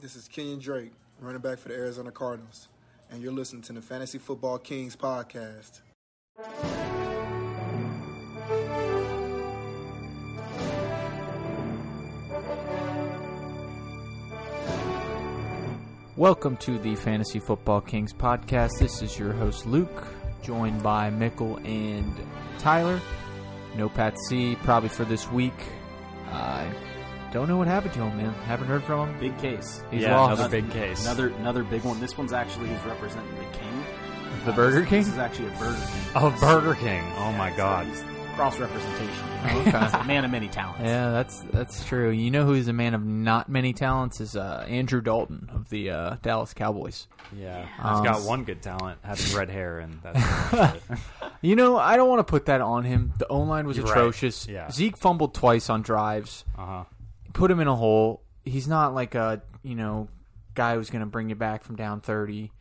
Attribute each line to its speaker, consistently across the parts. Speaker 1: This is Kenyon Drake, running back for the Arizona Cardinals, and you're listening to the Fantasy Football Kings podcast.
Speaker 2: Welcome to the Fantasy Football Kings podcast. This is your host Luke, joined by Mickle and Tyler. No Pat C, probably for this week. I don't know what happened to him, man. Haven't heard from him.
Speaker 3: Big case.
Speaker 2: He's Yeah, lost.
Speaker 4: another big case.
Speaker 3: Another another big one. This one's actually he's representing the king.
Speaker 2: The
Speaker 3: Uh,
Speaker 2: Burger
Speaker 3: this-
Speaker 2: King?
Speaker 3: This is actually a Burger King.
Speaker 4: Of Oh, Burger King. Oh my God. Oh,
Speaker 3: Cross representation.
Speaker 2: okay.
Speaker 3: man of many talents.
Speaker 2: Yeah, that's that's true. You know who's a man of not many talents is uh, Andrew Dalton of the uh, Dallas Cowboys.
Speaker 4: Yeah. He's got one good talent, having red hair, and that's about it.
Speaker 2: You know, I don't want to put that on him. The O line was
Speaker 4: You're right.
Speaker 2: atrocious.
Speaker 4: Yeah.
Speaker 2: Zeke fumbled twice on drives.
Speaker 4: Uh-huh.
Speaker 2: put him in a hole. He's not like a you know guy who's going to bring you back from down thirty.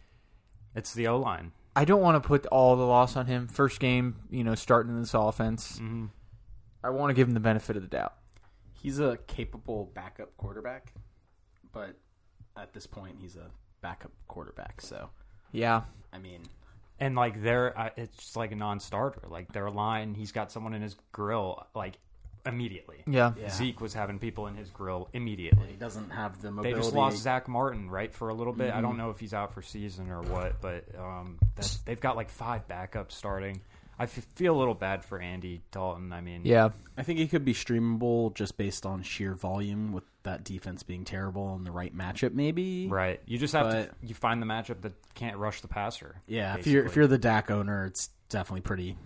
Speaker 4: It's the O line.
Speaker 2: I don't want to put all the loss on him. First game, you know, starting this offense.
Speaker 4: Mm-hmm.
Speaker 2: I want to give him the benefit of the doubt.
Speaker 3: He's a capable backup quarterback, but at this point he's a backup quarterback. So
Speaker 2: Yeah,
Speaker 3: I mean,
Speaker 4: And like they're, uh, it's just like a non-starter. Like their line, he's got someone in his grill like immediately.
Speaker 2: yeah,
Speaker 3: Yeah.
Speaker 4: Zeke was having people in his grill
Speaker 3: he
Speaker 4: immediately.
Speaker 3: doesn't have the
Speaker 4: They
Speaker 3: mobility.
Speaker 4: just lost Zach Martin right for a little bit. I don't know if he's out for season or what, but um, that's, they've got like five backups starting. I f- feel a little bad for Andy Dalton. I mean,
Speaker 2: yeah.
Speaker 3: I think he could be streamable just based on sheer volume, with that defense being terrible and the right matchup, maybe.
Speaker 4: Right. You just have to
Speaker 3: But-
Speaker 4: you find the matchup that can't rush the passer.
Speaker 3: Yeah, if you're if
Speaker 4: basically.
Speaker 3: you're the DAC owner, it's definitely pretty.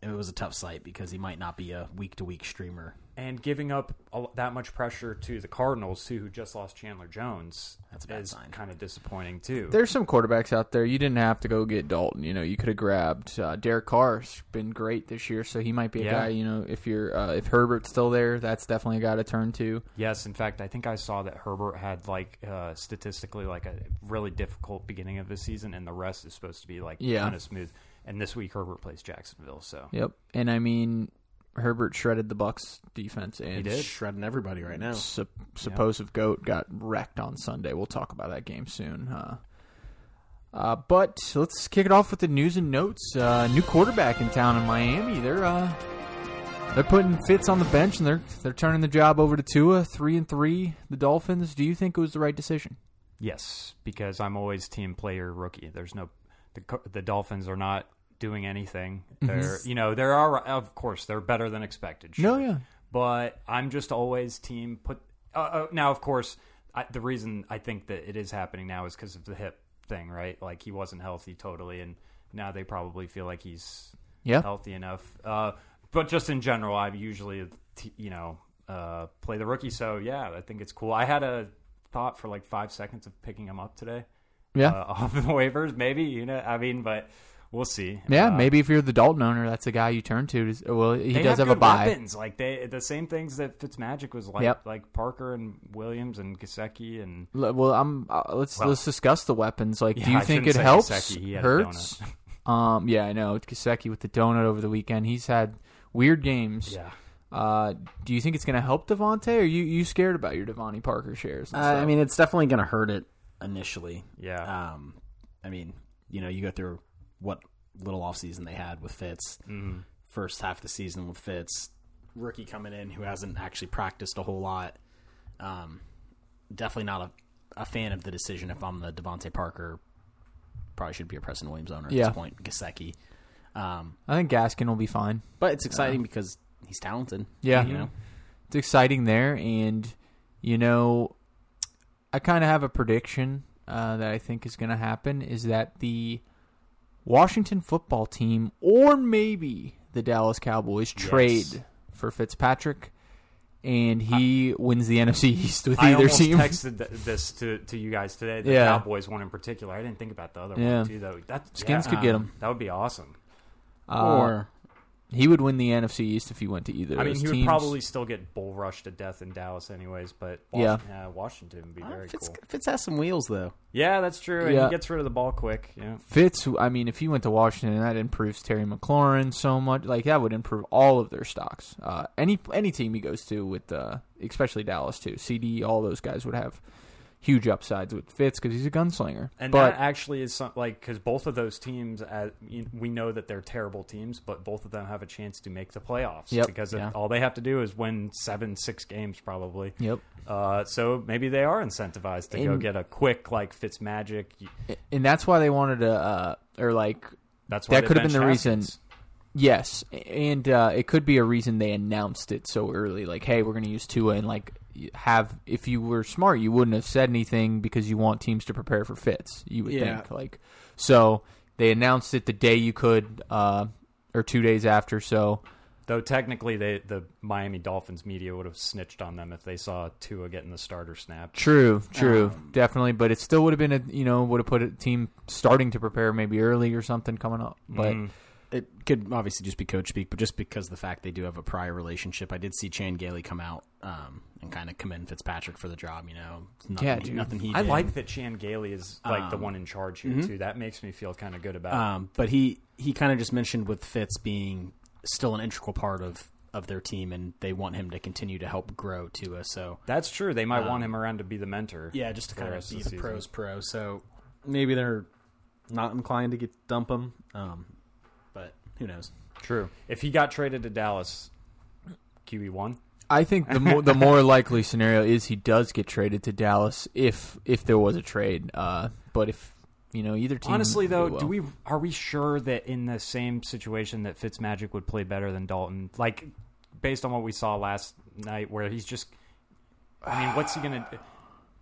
Speaker 3: It was a tough site because he might not be a week to week streamer.
Speaker 4: and giving up a, that much pressure to the Cardinals too, who just lost Chandler Jones,
Speaker 3: That's a bad
Speaker 4: is
Speaker 3: sign.
Speaker 4: kind of disappointing too.
Speaker 2: There's some quarterbacks out there. You didn't have to go get Dalton. You know, you could have grabbed uh, Derek Carr's been great this year, so he might be a
Speaker 4: Yeah.
Speaker 2: guy. You know, if you're uh, if Herbert's still there, that's definitely a guy to turn to.
Speaker 4: yes, in fact, I think I saw that Herbert had like uh, statistically like a really difficult beginning of the season, and the rest is supposed to be like
Speaker 2: Yeah.
Speaker 4: kind of smooth. And this week Herbert plays Jacksonville, so
Speaker 2: Yep. And I mean, Herbert shredded the Bucks defense and
Speaker 4: did.
Speaker 3: Shredding everybody right now.
Speaker 2: sup- supposed goat got wrecked on Sunday. We'll talk about that game soon. Uh, uh, but let's kick it off with the news and notes. Uh, new quarterback in town in Miami. They're uh, they're putting Fitz on the bench and they're they're turning the job over to Tua. Three and three. The Dolphins. Do you think it was the right decision?
Speaker 4: yes, because I'm always team player rookie. There's no the Co- the Dolphins are not doing anything.
Speaker 2: Mm-hmm.
Speaker 4: They're you know they're all right. of course they're better than expected.
Speaker 2: No,
Speaker 4: sure.
Speaker 2: yeah.
Speaker 4: but I'm just always team put. Uh, uh, now, of course, I, the reason I think that it is happening now is because of the hip thing, right? Like he wasn't healthy totally, and now they probably feel like he's
Speaker 2: Yeah.
Speaker 4: healthy enough. Uh, but just in general, I usually t- you know uh, play the rookie, so yeah, I think it's cool. I had a thought for like five seconds of picking him up today
Speaker 2: Yeah.
Speaker 4: uh, off the waivers, maybe you know. I mean, but we'll see.
Speaker 2: yeah,
Speaker 4: Uh,
Speaker 2: maybe if you're the Dalton owner, that's the guy you turn to. to- Well, he
Speaker 4: they
Speaker 2: does have,
Speaker 4: have,
Speaker 2: a
Speaker 4: good
Speaker 2: buy.
Speaker 4: Weapons. Like they, the same things that Fitzmagic was like,
Speaker 2: Yep.
Speaker 4: like Parker and Williams and Gasecki and
Speaker 2: L- Well, I'm. Uh, let's
Speaker 4: Well-
Speaker 2: let's discuss the weapons. Like, do
Speaker 4: Yeah,
Speaker 2: you
Speaker 4: I
Speaker 2: think
Speaker 4: shouldn't
Speaker 2: it
Speaker 4: say
Speaker 2: helps?
Speaker 4: Gesicki. He had a
Speaker 2: hurts? um, yeah, I know Kaseki with the donut over the weekend. He's had weird games. Uh, do you think it's going to help Devonte? Or are you you scared about your Devonte Parker shares? and
Speaker 3: Uh, I
Speaker 2: stuff?
Speaker 3: mean, it's definitely going to hurt it initially.
Speaker 2: Uh,
Speaker 4: yeah.
Speaker 3: Um, I mean, you know, you go through what little offseason they had with Fitz, first half of the season with Fitz, rookie coming in who hasn't actually practiced a whole lot. Um, definitely not a, a fan of the decision if I'm the Devontae Parker. Probably should be a Preston Williams owner at
Speaker 2: Yeah.
Speaker 3: this point, Gasecki. Um,
Speaker 2: I think Gaskin will be fine.
Speaker 3: but it's exciting because he's talented.
Speaker 2: Yeah.
Speaker 3: You know?
Speaker 2: It's exciting there, and you know, I kind of have a prediction uh, that I think is going to happen is that the Washington football team, or maybe the Dallas Cowboys, trade for Fitzpatrick, and he wins the NFC East with
Speaker 4: I
Speaker 2: either
Speaker 4: almost
Speaker 2: team.
Speaker 4: texted th- this to, to you guys today. The
Speaker 2: Yeah.
Speaker 4: Cowboys one in particular. I didn't think about the other
Speaker 2: Yeah.
Speaker 4: one too, though. That
Speaker 2: Skins
Speaker 4: yeah,
Speaker 2: could get him.
Speaker 4: that would be awesome.
Speaker 2: Uh,
Speaker 3: Mm-hmm. or
Speaker 2: he would win the NFC East if he went to either. of
Speaker 4: I mean,
Speaker 2: those
Speaker 4: he would
Speaker 2: teams.
Speaker 4: probably still get bull rushed to death in Dallas, anyways. But
Speaker 2: Yeah.
Speaker 4: Washington, yeah, Washington would be
Speaker 3: Uh,
Speaker 4: very
Speaker 3: Fitz,
Speaker 4: cool.
Speaker 3: Fitz has some wheels though.
Speaker 4: Yeah, that's true. And
Speaker 2: Yeah.
Speaker 4: he gets rid of the ball quick. Yeah.
Speaker 2: Fitz, who- I mean, if he went to Washington, that improves Terry McLaurin so much. Like that would improve all of their stocks. Uh, any any team he goes to with, uh, especially Dallas too. CD, all those guys would have, huge upsides with Fitz because he's a gunslinger.
Speaker 4: And
Speaker 2: but
Speaker 4: that actually is some, like because both of those teams, uh, you- we know that they're terrible teams, but both of them have a chance to make the playoffs
Speaker 2: Yep.
Speaker 4: because if-
Speaker 2: Yeah.
Speaker 4: all they have to do is win seven, six games probably.
Speaker 2: Yep.
Speaker 4: Uh, so maybe they are incentivized to go
Speaker 2: And-
Speaker 4: get a quick like Fitzmagic.
Speaker 2: and that's why they wanted to, uh, or like,
Speaker 4: That's why
Speaker 2: That
Speaker 4: they
Speaker 2: could have been the
Speaker 4: benched
Speaker 2: reason.
Speaker 4: Haskins.
Speaker 2: yes, and uh, it could be a reason they announced it so early. Like, hey, we're going to use Tua, and like, y- have if you were smart, you wouldn't have said anything because you want teams to prepare for fits. You would
Speaker 3: Yeah.
Speaker 2: think like, so they announced it the day you could, uh, or two days after. So
Speaker 4: Though technically, they the Miami Dolphins media would have snitched on them if they saw Tua getting the starter snap.
Speaker 2: True, true, Um, definitely. But it still would have been a you know would have put a team starting to prepare maybe early or something coming up. But
Speaker 3: It could obviously just be coach speak, but just because of the fact they do have a prior relationship, I did see Chan Gailey come out um, and kind of commend Fitzpatrick for the job. You know, nothing,
Speaker 2: Yeah, dude.
Speaker 3: nothing he.
Speaker 4: I
Speaker 3: did.
Speaker 4: like that Chan Gailey is like
Speaker 2: Um,
Speaker 4: the one in charge
Speaker 2: mm-hmm.
Speaker 4: here too. That makes me feel kind of good about. it.
Speaker 2: Uh,
Speaker 3: Um, but he he kind of just mentioned with Fitz being still an integral part of of their team, and they want him to continue to help grow Tua. So
Speaker 4: That's true. They
Speaker 2: uh,
Speaker 4: might want him around to be the mentor.
Speaker 3: yeah, just to
Speaker 4: for
Speaker 3: kind of
Speaker 4: rest
Speaker 3: be the
Speaker 4: of the season.
Speaker 3: pros pro. So maybe they're not inclined to get dump him, um, but who knows?
Speaker 4: True. If he got traded to Dallas, QB one.
Speaker 2: I think the more the more likely scenario is he does get traded to Dallas if if there was a trade. Uh, but if you know either team,
Speaker 4: Honestly,
Speaker 2: they
Speaker 4: though,
Speaker 2: will.
Speaker 4: do we are we sure that in the same situation that Fitzmagic would play better than Dalton? Like, based on what we saw last night, where he's just, I mean, what's he gonna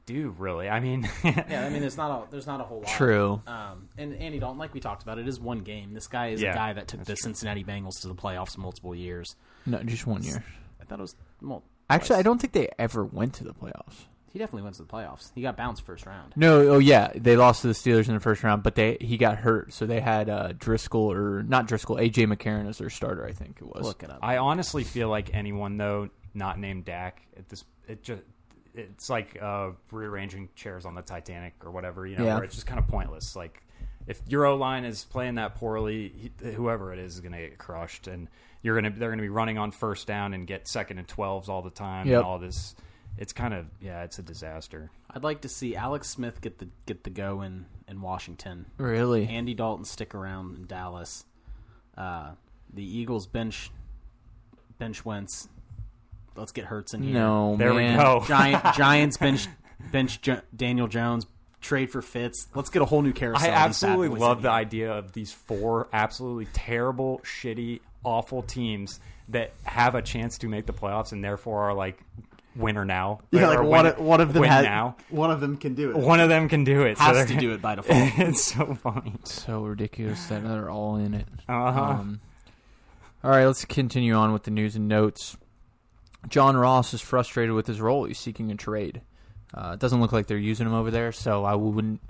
Speaker 4: do? Really? I mean,
Speaker 3: Yeah, I mean, there's not a there's not a whole lot.
Speaker 2: True.
Speaker 3: Um, and Andy Dalton, like we talked about, it is one game. This guy is
Speaker 4: Yeah,
Speaker 3: a guy that took the Cincinnati Bengals to the playoffs multiple years.
Speaker 2: No, just one year.
Speaker 3: I thought it was well,
Speaker 2: Actually, I don't think they ever went to the playoffs.
Speaker 3: He definitely went to the playoffs. He got bounced first round.
Speaker 2: No, oh yeah, they lost to the Steelers in the first round, but they he got hurt, so they had uh, Driscoll or not Driscoll, AJ McCarron as their starter. I think it was.
Speaker 3: Look it up.
Speaker 4: I honestly feel like anyone though not named Dak at this it just it's like uh, rearranging chairs on the Titanic or whatever you know
Speaker 2: Yeah.
Speaker 4: where it's just kind of pointless. Like if your O line is playing that poorly, he, whoever it is is going to get crushed, and you're going to they're going to be running on first down and get second and twelves all the time
Speaker 2: Yep.
Speaker 4: and all this. It's kind of yeah, it's a disaster.
Speaker 3: I'd like to see Alex Smith get the get the go in in Washington.
Speaker 2: really?
Speaker 3: Andy Dalton stick around in Dallas. Uh, the Eagles bench bench Wentz. Let's get Hurts in here.
Speaker 2: no,
Speaker 4: There
Speaker 2: man.
Speaker 4: we go.
Speaker 3: Giant Giants bench bench jo- Daniel Jones trade for Fitz. Let's get a whole new carousel. of
Speaker 4: I
Speaker 3: these bad
Speaker 4: absolutely
Speaker 3: boys
Speaker 4: love
Speaker 3: in
Speaker 4: the
Speaker 3: here.
Speaker 4: idea of these four absolutely terrible, shitty, awful teams that have a chance to make the playoffs and therefore are like winner now.
Speaker 5: Yeah,
Speaker 4: Or
Speaker 5: like
Speaker 4: win-
Speaker 5: one, of- one of them
Speaker 4: win
Speaker 5: has,
Speaker 4: now.
Speaker 5: one of them can do it.
Speaker 4: One of them can do it. so
Speaker 3: has
Speaker 4: they're-
Speaker 3: to do it by default.
Speaker 4: it's so funny.
Speaker 2: so ridiculous that they're all in it.
Speaker 4: Uh-huh.
Speaker 2: Um, all right, let's continue on with the news and notes. John Ross is frustrated with his role. He's seeking a trade. Uh, it doesn't look like they're using him over there, so I wouldn't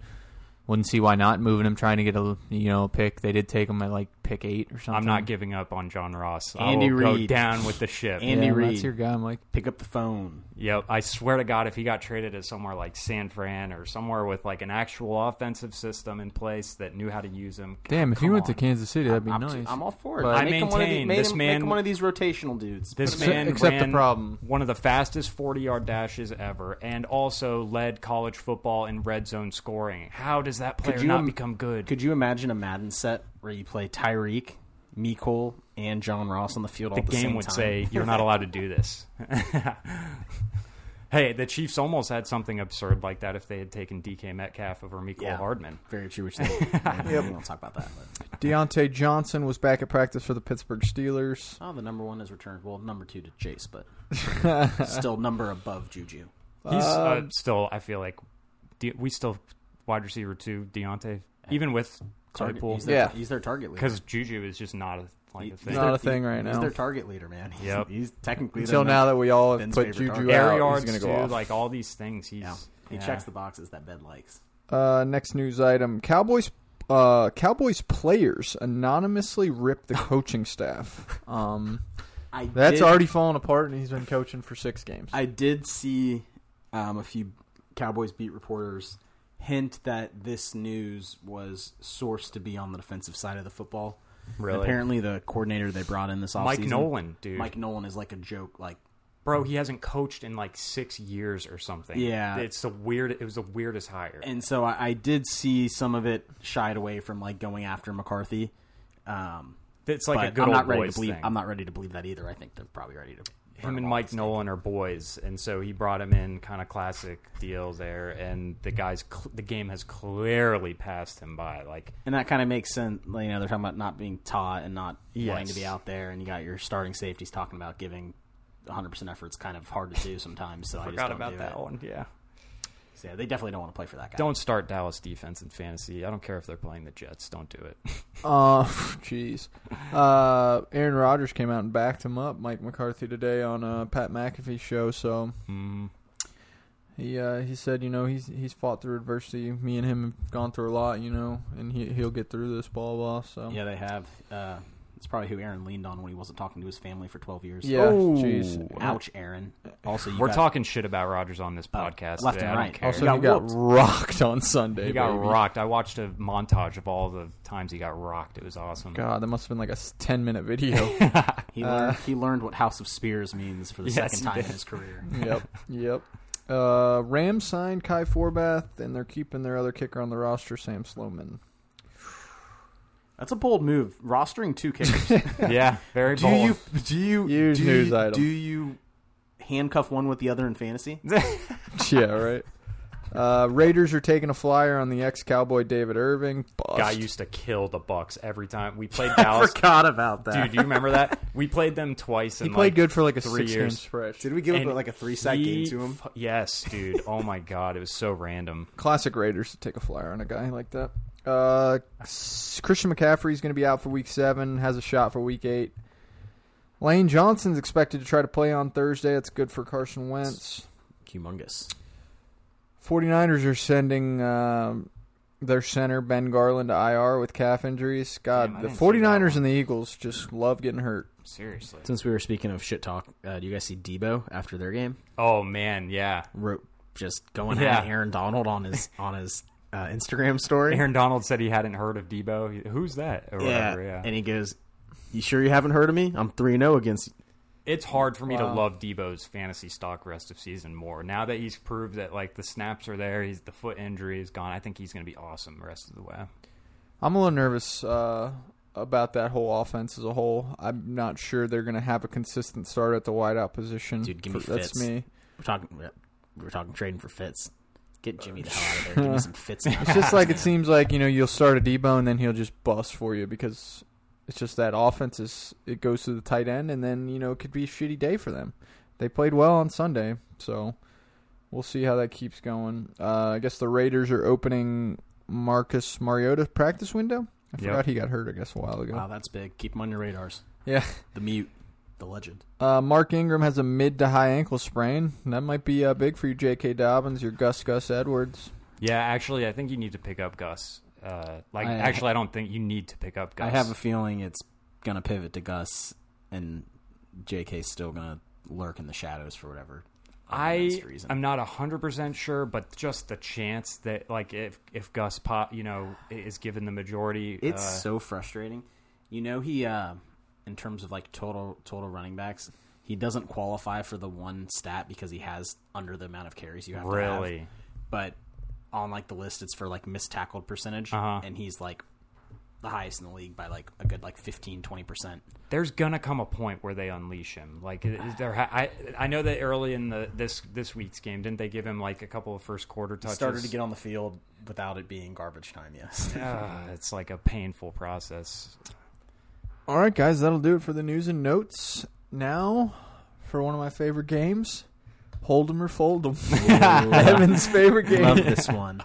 Speaker 2: wouldn't see why not moving him. Trying to get a you know pick. They did take him at like pick eight or something.
Speaker 4: I'm not giving up on John Ross.
Speaker 3: Andy
Speaker 4: I will go
Speaker 3: Reid.
Speaker 4: down with the ship.
Speaker 3: Andy-
Speaker 2: yeah,
Speaker 3: Reid.
Speaker 2: That's your guy, Mike.
Speaker 3: Pick up the phone.
Speaker 4: yep. I swear to God, if he got traded to somewhere like San Fran or somewhere with like an actual offensive system in place that knew how to use him.
Speaker 2: Damn, if he
Speaker 4: come
Speaker 2: went to
Speaker 4: on.
Speaker 2: Kansas City, that'd be
Speaker 3: I'm,
Speaker 2: nice.
Speaker 3: too- I'm all for it.
Speaker 2: But-
Speaker 4: I
Speaker 3: Make him one of the-
Speaker 4: maintain
Speaker 3: made
Speaker 4: this
Speaker 3: him-
Speaker 4: man-
Speaker 3: Make him one of these rotational dudes.
Speaker 4: This
Speaker 3: Put him in.
Speaker 4: man
Speaker 2: Except the
Speaker 4: ran
Speaker 2: problem.
Speaker 4: one of the fastest 40 yard dashes ever and also led college football in red zone scoring. How does that player
Speaker 3: you
Speaker 4: not
Speaker 3: im-
Speaker 4: become good?
Speaker 3: Could you imagine a Madden set where you play Tyreek, Mecole, and John Ross on the field all
Speaker 4: the
Speaker 3: at the
Speaker 4: game
Speaker 3: same
Speaker 4: would
Speaker 3: time?
Speaker 4: say you're not allowed to do this. hey, the Chiefs almost had something absurd like that if they had taken DK Metcalf over Miko
Speaker 3: Yeah.
Speaker 4: Hardman.
Speaker 3: Very true. Which they, yep. We won't talk about that. But.
Speaker 5: Deontay Johnson was back at practice for the Pittsburgh Steelers.
Speaker 3: Oh, the number one is returned. Well, number two to Chase, but still number above Juju.
Speaker 4: He's uh,
Speaker 3: Um,
Speaker 4: still, I feel like, De- we still wide receiver two Deontay, even with
Speaker 3: Target,
Speaker 4: Claypool,
Speaker 3: he's, their,
Speaker 5: Yeah.
Speaker 3: he's their target leader.
Speaker 4: because Juju is just not a, like a
Speaker 3: He's
Speaker 4: thing.
Speaker 5: not
Speaker 3: their-
Speaker 5: a thing right
Speaker 3: he's
Speaker 5: now.
Speaker 3: their target leader, man. He's,
Speaker 4: Yep.
Speaker 3: he's technically
Speaker 5: Until
Speaker 3: their
Speaker 5: now
Speaker 3: number-
Speaker 5: that we all have
Speaker 3: Ben's
Speaker 5: put
Speaker 3: favorite
Speaker 5: Juju
Speaker 3: target.
Speaker 4: Air
Speaker 5: out, he's
Speaker 4: yards,
Speaker 5: going to
Speaker 4: too,
Speaker 5: go off.
Speaker 4: like all these things. He's
Speaker 3: Yeah. He
Speaker 4: yeah.
Speaker 3: checks the boxes that Ben likes.
Speaker 5: Uh, next news item: Cowboys. Uh, Cowboys players anonymously ripped the coaching staff.
Speaker 2: um,
Speaker 3: I
Speaker 5: That's
Speaker 3: did,
Speaker 5: already fallen apart, and he's been coaching for six games.
Speaker 3: I did see um, a few Cowboys beat reporters hint that this news was sourced to be on the defensive side of the football. And
Speaker 4: Really?
Speaker 3: Apparently, the coordinator they brought in this offseason,
Speaker 4: Mike Nolan, dude.
Speaker 3: Mike Nolan is like a joke. Like
Speaker 4: bro, he hasn't coached in like six years or something.
Speaker 3: Yeah.
Speaker 4: it's the weird. It was the weirdest hire.
Speaker 3: and so I, I did see some of it shied away from like going after McCarthy. Um,
Speaker 4: it's like a
Speaker 3: but
Speaker 4: good
Speaker 3: I'm not
Speaker 4: old
Speaker 3: ready
Speaker 4: boys
Speaker 3: to believe.
Speaker 4: thing.
Speaker 3: I'm not ready to believe that either. I think they're probably ready to. burn
Speaker 4: him and
Speaker 3: all
Speaker 4: Mike
Speaker 3: this stuff.
Speaker 4: Nolan are boys, and so he brought him in, kind of classic deal there. And the guys, cl- the game has clearly passed him by. Like
Speaker 3: And that kind of makes sense. like, You know, they're talking about not being taught and not wanting to
Speaker 4: Yes.
Speaker 3: be out there, and you got your starting safeties talking about giving 100 percent effort. It's kind of hard to do sometimes. So I, just
Speaker 4: forgot
Speaker 3: don't
Speaker 4: about
Speaker 3: do
Speaker 4: that
Speaker 3: it.
Speaker 4: one. Yeah,
Speaker 3: So, yeah, they definitely don't want to play for that guy.
Speaker 4: don't start Dallas defense in fantasy. I don't care if they're playing the Jets. Don't do it.
Speaker 2: Uh, jeez. Uh, Aaron Rodgers came out and backed him up, Mike McCarthy today on uh, Pat McAfee's show. So
Speaker 4: mm.
Speaker 2: he uh, he said, you know, he's he's fought through adversity. Me and him have gone through a lot, you know, and he he'll get through this. Blah blah. So
Speaker 3: Yeah, they have. Uh, it's probably who Aaron leaned on when he wasn't talking to his family for 12 years.
Speaker 2: Yeah, jeez.
Speaker 3: Ouch, Aaron. Also, you
Speaker 4: Oh. We're
Speaker 3: got-
Speaker 4: talking shit about Rogers on this
Speaker 3: Oh,
Speaker 4: podcast.
Speaker 3: left and
Speaker 4: today. I don't
Speaker 3: right.
Speaker 4: care.
Speaker 2: Also,
Speaker 3: He got
Speaker 2: he got
Speaker 3: whooped.
Speaker 2: rocked on Sunday.
Speaker 4: he got
Speaker 2: baby.
Speaker 4: rocked. I watched a montage of all the times he got rocked. It was awesome.
Speaker 2: God, that must have been like a ten minute video.
Speaker 3: He learned, he learned what House of Spears means for the
Speaker 4: Yes,
Speaker 3: second
Speaker 4: he
Speaker 3: time in
Speaker 4: did.
Speaker 3: his career.
Speaker 2: yep, yep. Uh, Rams signed Kai Forbath, and they're keeping their other kicker on the roster, Sam Sloman.
Speaker 3: That's a bold move. Rostering two kickers.
Speaker 4: yeah, very
Speaker 3: do
Speaker 4: bold.
Speaker 3: you do you
Speaker 2: Huge
Speaker 3: do
Speaker 2: news
Speaker 3: you,
Speaker 2: item.
Speaker 3: Do you handcuff one with the other in fantasy?
Speaker 2: yeah, right. Uh, Raiders are taking a flyer on the ex-cowboy David Irving. Bust.
Speaker 4: Guy used to kill the Bucks every time we played Dallas.
Speaker 3: Forgot about that.
Speaker 4: Dude, do you remember that? We played them twice.
Speaker 2: he
Speaker 4: in,
Speaker 2: played
Speaker 4: like,
Speaker 2: good for like a
Speaker 4: three
Speaker 2: six-game
Speaker 4: years.
Speaker 2: stretch.
Speaker 3: we give
Speaker 4: And
Speaker 3: three-sack
Speaker 4: he fu- yes, dude. Oh my god, it was so random.
Speaker 2: Classic Raiders to take a flyer on a guy like that. Uh, s- Christian McCaffrey's going to be out for Week Seven. Has a shot for Week Eight. Lane Johnson's expected to try to play on Thursday. That's good for Carson Wentz.
Speaker 3: Humongous.
Speaker 2: 49ers are sending um, their center Ben Garland to IR with calf injuries. God,
Speaker 4: Damn, I
Speaker 2: the
Speaker 4: didn't see
Speaker 2: 49ers
Speaker 4: that
Speaker 2: and the Eagles just love getting hurt.
Speaker 4: Seriously.
Speaker 3: Since we were speaking of shit talk, uh, do you guys see Debo after their game?
Speaker 4: Oh man, yeah.
Speaker 3: Wrote just going
Speaker 4: Yeah.
Speaker 3: at Aaron Donald on his on his uh, Instagram story.
Speaker 4: Aaron Donald said he hadn't heard of Debo. He- Who's that? Or whatever. Yeah.
Speaker 3: And he goes, You sure you haven't heard of me? I'm 3 0 against.
Speaker 4: It's hard for me
Speaker 2: Wow.
Speaker 4: to love Debo's fantasy stock rest of season more. Now that he's proved that like the snaps are there, he's the foot injury is gone. I think he's going to be awesome the rest of the way.
Speaker 2: I'm a little nervous uh, about that whole offense as a whole. I'm not sure they're going to have a consistent start at the wideout position.
Speaker 3: Dude, give me
Speaker 2: For- That's
Speaker 3: Fitz.
Speaker 2: me.
Speaker 3: We're talking, we're talking trading for Fitz. Get Jimmy the hell out of there. Give me some Fitz.
Speaker 2: It's just like it seems like, you know, you'll start a Debo and then he'll just bust for you because it's just that offense is it goes to the tight end and then, you know, it could be a shitty day for them. They played well on Sunday, so we'll see how that keeps going. Uh, I guess the Raiders are opening Marcus Mariota's practice window. I
Speaker 4: Yep.
Speaker 2: forgot he got hurt, I guess, a while ago.
Speaker 3: Wow, that's big. Keep him on your radars.
Speaker 2: Yeah.
Speaker 3: The mute, the legend.
Speaker 2: Uh, Mark Ingram has a mid to high ankle sprain. That might be uh, big for you, J.K. Dobbins, your Gus Gus Edwards.
Speaker 4: Yeah, actually, I think you need to pick up Gus. Uh, like,
Speaker 3: I-
Speaker 4: actually, I don't think you need to pick up Gus.
Speaker 3: I have a feeling it's going to pivot to Gus, and JK's still going to lurk in the shadows for whatever
Speaker 4: I
Speaker 3: unannounced reason.
Speaker 4: am not hundred percent sure, but just the chance that like if if Gus Pop you know is given the majority,
Speaker 3: It's
Speaker 4: uh,
Speaker 3: so frustrating. You know he uh in terms of like total total running backs, he doesn't qualify for the one stat because he has under the amount of carries you have to have.
Speaker 4: really
Speaker 3: But on like the list it's for like missed tackled percentage
Speaker 4: Uh-huh.
Speaker 3: and he's like the highest in the league by like a good like 15 20%.
Speaker 4: there's gonna come a point where they unleash him. Like it- there, ha- I I know that early in the this this week's game, didn't they give him like a couple of first quarter touches?
Speaker 3: Started to get on the field without it being garbage time, yes.
Speaker 4: Ah, it's like a painful process.
Speaker 2: All right, guys, that'll do it for the news and notes. Now, for one of my favorite games, hold 'em or fold 'em. Evan's favorite
Speaker 3: Love
Speaker 2: game.
Speaker 3: this one.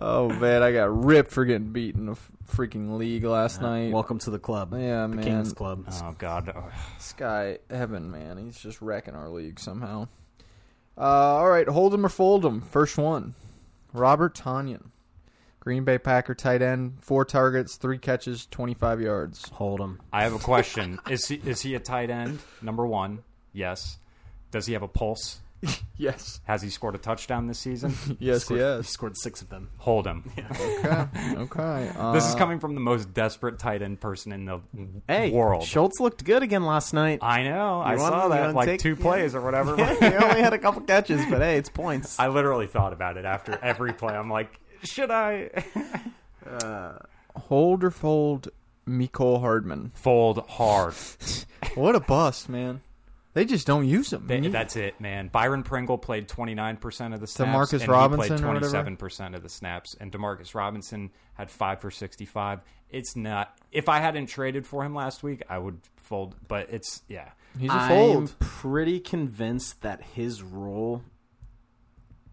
Speaker 2: Oh man, I got ripped for getting beaten in a f- freaking league last night.
Speaker 3: Uh, Welcome to the club.
Speaker 2: Yeah,
Speaker 3: the
Speaker 2: man.
Speaker 3: Kings Club.
Speaker 4: Oh God, Ugh.
Speaker 2: This guy Evan, man, he's just wrecking our league somehow. Uh, all right, hold 'em or fold 'em. First one, Robert Tanyan, Green Bay Packer tight end, four targets, three catches, twenty-five yards.
Speaker 3: Hold him.
Speaker 4: I have a question. is he is he a tight end? Number one, yes. Does he have a pulse?
Speaker 2: Yes.
Speaker 4: Has he scored a touchdown this season?
Speaker 2: Yes.
Speaker 3: scored, He
Speaker 2: Yes.
Speaker 3: scored six of them.
Speaker 4: Hold him.
Speaker 2: Okay. Uh,
Speaker 4: This is coming from the most desperate tight end person in the
Speaker 3: Hey,
Speaker 4: world.
Speaker 3: Schultz looked good again last night.
Speaker 4: I know. I
Speaker 3: You wanna-
Speaker 4: saw
Speaker 3: you
Speaker 4: that
Speaker 3: wanna
Speaker 4: like
Speaker 3: take-
Speaker 4: two
Speaker 3: yeah.
Speaker 4: plays or whatever.
Speaker 3: he only had a couple catches, but hey, it's points.
Speaker 4: I literally thought about it after every play. I'm like, should I
Speaker 3: Uh,
Speaker 2: hold or fold, Nicole Hardman.
Speaker 4: fold hard?
Speaker 2: What a bust, man. They just don't use him.
Speaker 3: Mm-hmm.
Speaker 4: They- that's it, man. Byron Pringle played 29% of the snaps.
Speaker 2: Demarcus
Speaker 4: and he
Speaker 2: Robinson or
Speaker 4: played
Speaker 2: whatever?
Speaker 4: 27% of the snaps. And Demarcus Robinson had 5 for 65. It's not. If I hadn't traded for him last week, I would fold. But it's, yeah.
Speaker 2: He's a
Speaker 3: I'm
Speaker 2: fold.
Speaker 3: pretty convinced that his role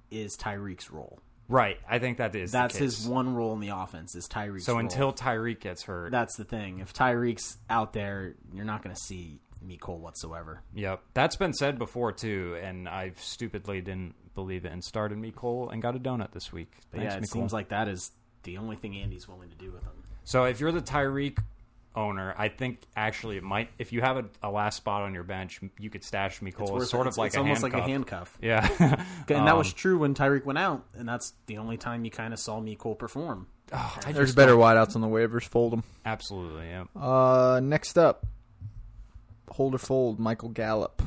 Speaker 3: is Tyreek's role.
Speaker 4: Right. I think that is. the
Speaker 3: That's his
Speaker 4: case.
Speaker 3: one role in the offense is Tyreek's.
Speaker 4: So
Speaker 3: role.
Speaker 4: until Tyreek gets hurt.
Speaker 3: that's the thing, if Tyreek's out there, you're not going to see Nicole whatsoever.
Speaker 4: Yep. That's been said before, too. And I stupidly didn't believe it and started me Cole and got a donut this week.
Speaker 3: But
Speaker 4: Thanks,
Speaker 3: yeah, it
Speaker 4: me, Cole.
Speaker 3: seems like that is the only thing Andy's willing to do with him.
Speaker 4: So if you're the Tyreek owner, I think actually it might. If you have a, a last spot on your bench, you could stash Nicole.
Speaker 3: worth
Speaker 4: It's sort
Speaker 3: it.
Speaker 4: of like
Speaker 3: it's
Speaker 4: a
Speaker 3: almost
Speaker 4: handcuff. Um,
Speaker 3: like a handcuff.
Speaker 4: yeah.
Speaker 3: And that was true when Tyreek went out, and that's the only time you kind of saw Nicole perform.
Speaker 4: Oh, I
Speaker 2: There's
Speaker 4: just-
Speaker 2: better wideouts on the waivers. Fold them.
Speaker 4: Absolutely. Yeah.
Speaker 2: Uh, next up, hold or fold, Michael Gallup.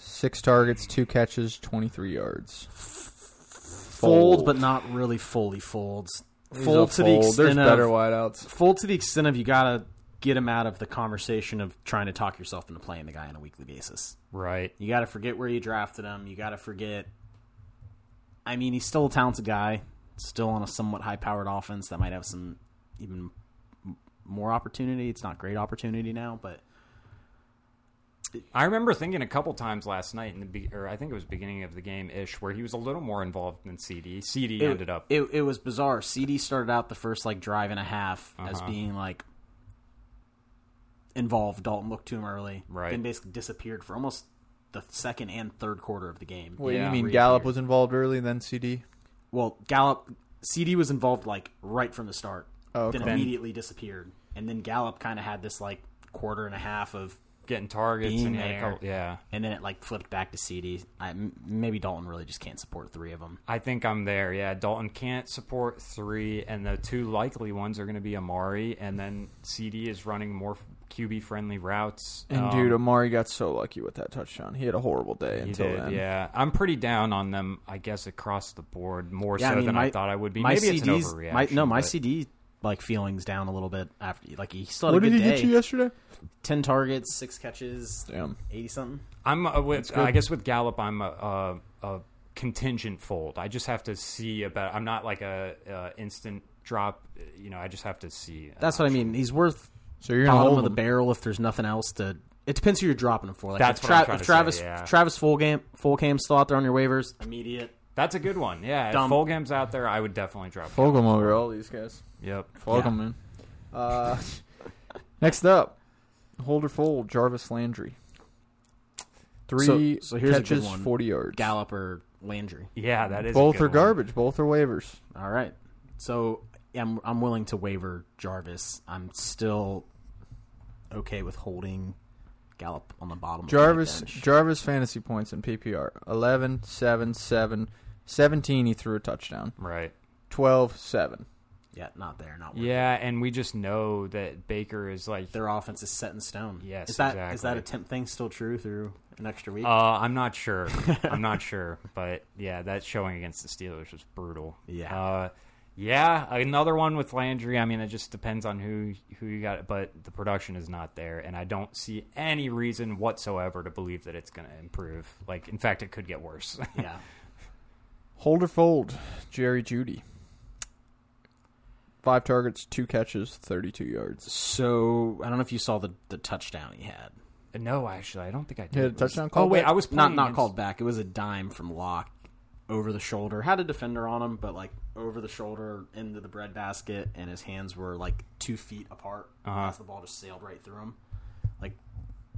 Speaker 2: Six targets, two catches, 23 yards.
Speaker 3: Fold, but not really fully folds.
Speaker 2: He's a
Speaker 3: Fold to the
Speaker 2: fold. There's
Speaker 3: extent of
Speaker 2: better wideouts.
Speaker 3: full to the extent of you gotta get him out of the conversation of trying to talk yourself into playing the guy on a weekly basis.
Speaker 4: Right.
Speaker 3: You gotta forget where you drafted him. You gotta forget. I mean, he's still a talented guy, still on a somewhat high-powered offense that might have some even m- more opportunity. It's not great opportunity now, but
Speaker 4: I remember thinking a couple times last night in the be- or I think it was beginning of the game ish where he was a little more involved than CD. CD
Speaker 3: it,
Speaker 4: ended up.
Speaker 3: It, it was bizarre. CD started out the first like drive and a half as
Speaker 4: Uh-huh.
Speaker 3: being like involved. Dalton looked to him early,
Speaker 4: Right.
Speaker 3: Then basically disappeared for almost the second and third quarter of the game.
Speaker 2: Wait,
Speaker 4: Yeah.
Speaker 2: you mean
Speaker 3: Reappeared.
Speaker 2: Gallup was involved early, then CD?
Speaker 3: Well, Gallup, CD was involved like right from the start.
Speaker 2: Oh, okay.
Speaker 3: Then immediately disappeared, and then Gallup kind of had this like quarter and a half of,
Speaker 4: getting targets
Speaker 3: being
Speaker 4: and he had a
Speaker 3: there.
Speaker 4: couple- yeah.
Speaker 3: and then it like flipped back to CD. I, m- maybe Dalton really just can't support three of them.
Speaker 4: I think I'm there. Yeah, Dalton can't support three, and the two likely ones are going to be Amari, and then CD is running more QB friendly routes.
Speaker 2: And
Speaker 4: Um,
Speaker 2: dude, Amari got so lucky with that touchdown. He had a horrible day
Speaker 4: he
Speaker 2: until
Speaker 4: did,
Speaker 2: then.
Speaker 4: yeah. I'm pretty down on them. I guess across the board, more so than I thought I would be.
Speaker 3: My
Speaker 4: Maybe it's an
Speaker 3: CD's
Speaker 4: overreaction.
Speaker 3: My, no, my
Speaker 4: but
Speaker 3: CD like feelings down a little bit after. Like he still had
Speaker 2: What
Speaker 3: a
Speaker 2: did
Speaker 3: good
Speaker 2: he
Speaker 3: day.
Speaker 2: get you yesterday?
Speaker 3: Ten targets, six catches,
Speaker 2: Damn.
Speaker 3: eighty something.
Speaker 4: I'm uh, with.
Speaker 2: good.
Speaker 4: I guess with Gallup, I'm a, a, a contingent fold. I just have to see about. I'm not like a, uh instant drop. You know, I just have to see.
Speaker 3: That's what I mean. He's worth
Speaker 2: So you're gonna
Speaker 3: bottom
Speaker 2: hold
Speaker 3: of the
Speaker 2: him.
Speaker 3: barrel if there's nothing else to. It depends who you're dropping him for. Like
Speaker 4: That's
Speaker 3: if,
Speaker 4: what I'm trying
Speaker 3: if
Speaker 4: to
Speaker 3: Travis
Speaker 4: say, yeah.
Speaker 3: if Travis Fulgham Fulgham's still out there on your waivers. Immediate.
Speaker 4: That's a good one. Yeah,
Speaker 3: Dumb.
Speaker 4: if Fulgham's out there, I would definitely drop.
Speaker 2: Fold him over all these guys.
Speaker 4: Yep.
Speaker 2: Fold
Speaker 3: Yeah.
Speaker 2: him, man. Uh, next up, hold or fold, Jarvis Landry. Three
Speaker 3: So- so here's a good
Speaker 2: catches,
Speaker 3: one.
Speaker 2: 40 yards.
Speaker 3: Gallup or Landry.
Speaker 4: Yeah, that is a
Speaker 2: Both
Speaker 4: good
Speaker 2: are
Speaker 4: one.
Speaker 2: garbage. Both are waivers.
Speaker 3: All right. So I'm I'm willing to waiver Jarvis. I'm still okay with holding Gallup on the bottom. of my
Speaker 2: Jarvis
Speaker 3: bench.
Speaker 2: Jarvis fantasy points in PPR 11 7 7 17 he threw a touchdown
Speaker 4: Right.
Speaker 2: 12 7
Speaker 3: yeah, not there. Not worth
Speaker 4: Yeah, and we just know that Baker is like.
Speaker 3: their offense is set in stone.
Speaker 4: Yes,
Speaker 3: is that is that
Speaker 4: exactly.
Speaker 3: a temp thing still true through an extra week?
Speaker 4: Uh, I'm not sure. I'm not sure, but yeah, that showing against the Steelers was brutal.
Speaker 3: Yeah.
Speaker 4: Uh, yeah, another one with Landry. I mean, it just depends on who who you got, but the production is not there, and I don't see any reason whatsoever to believe that it's going to improve. Like, in fact, it could get worse.
Speaker 3: yeah,
Speaker 2: hold or fold Jerry Judy 5 targets 2 catches 32 yards
Speaker 3: So I don't know if you saw the the touchdown he had.
Speaker 4: no, actually, I don't think I did.
Speaker 2: He had a
Speaker 4: It was-
Speaker 2: touchdown
Speaker 4: Oh
Speaker 2: call
Speaker 4: wait,
Speaker 2: back?
Speaker 4: I was
Speaker 3: Not
Speaker 4: playing
Speaker 3: not
Speaker 4: against-
Speaker 3: called back. It was a dime from Locke over the shoulder. Had a defender on him, but like over the shoulder into the breadbasket, and his hands were like two feet apart
Speaker 4: Uh-huh.
Speaker 3: as the ball just sailed right through him. Like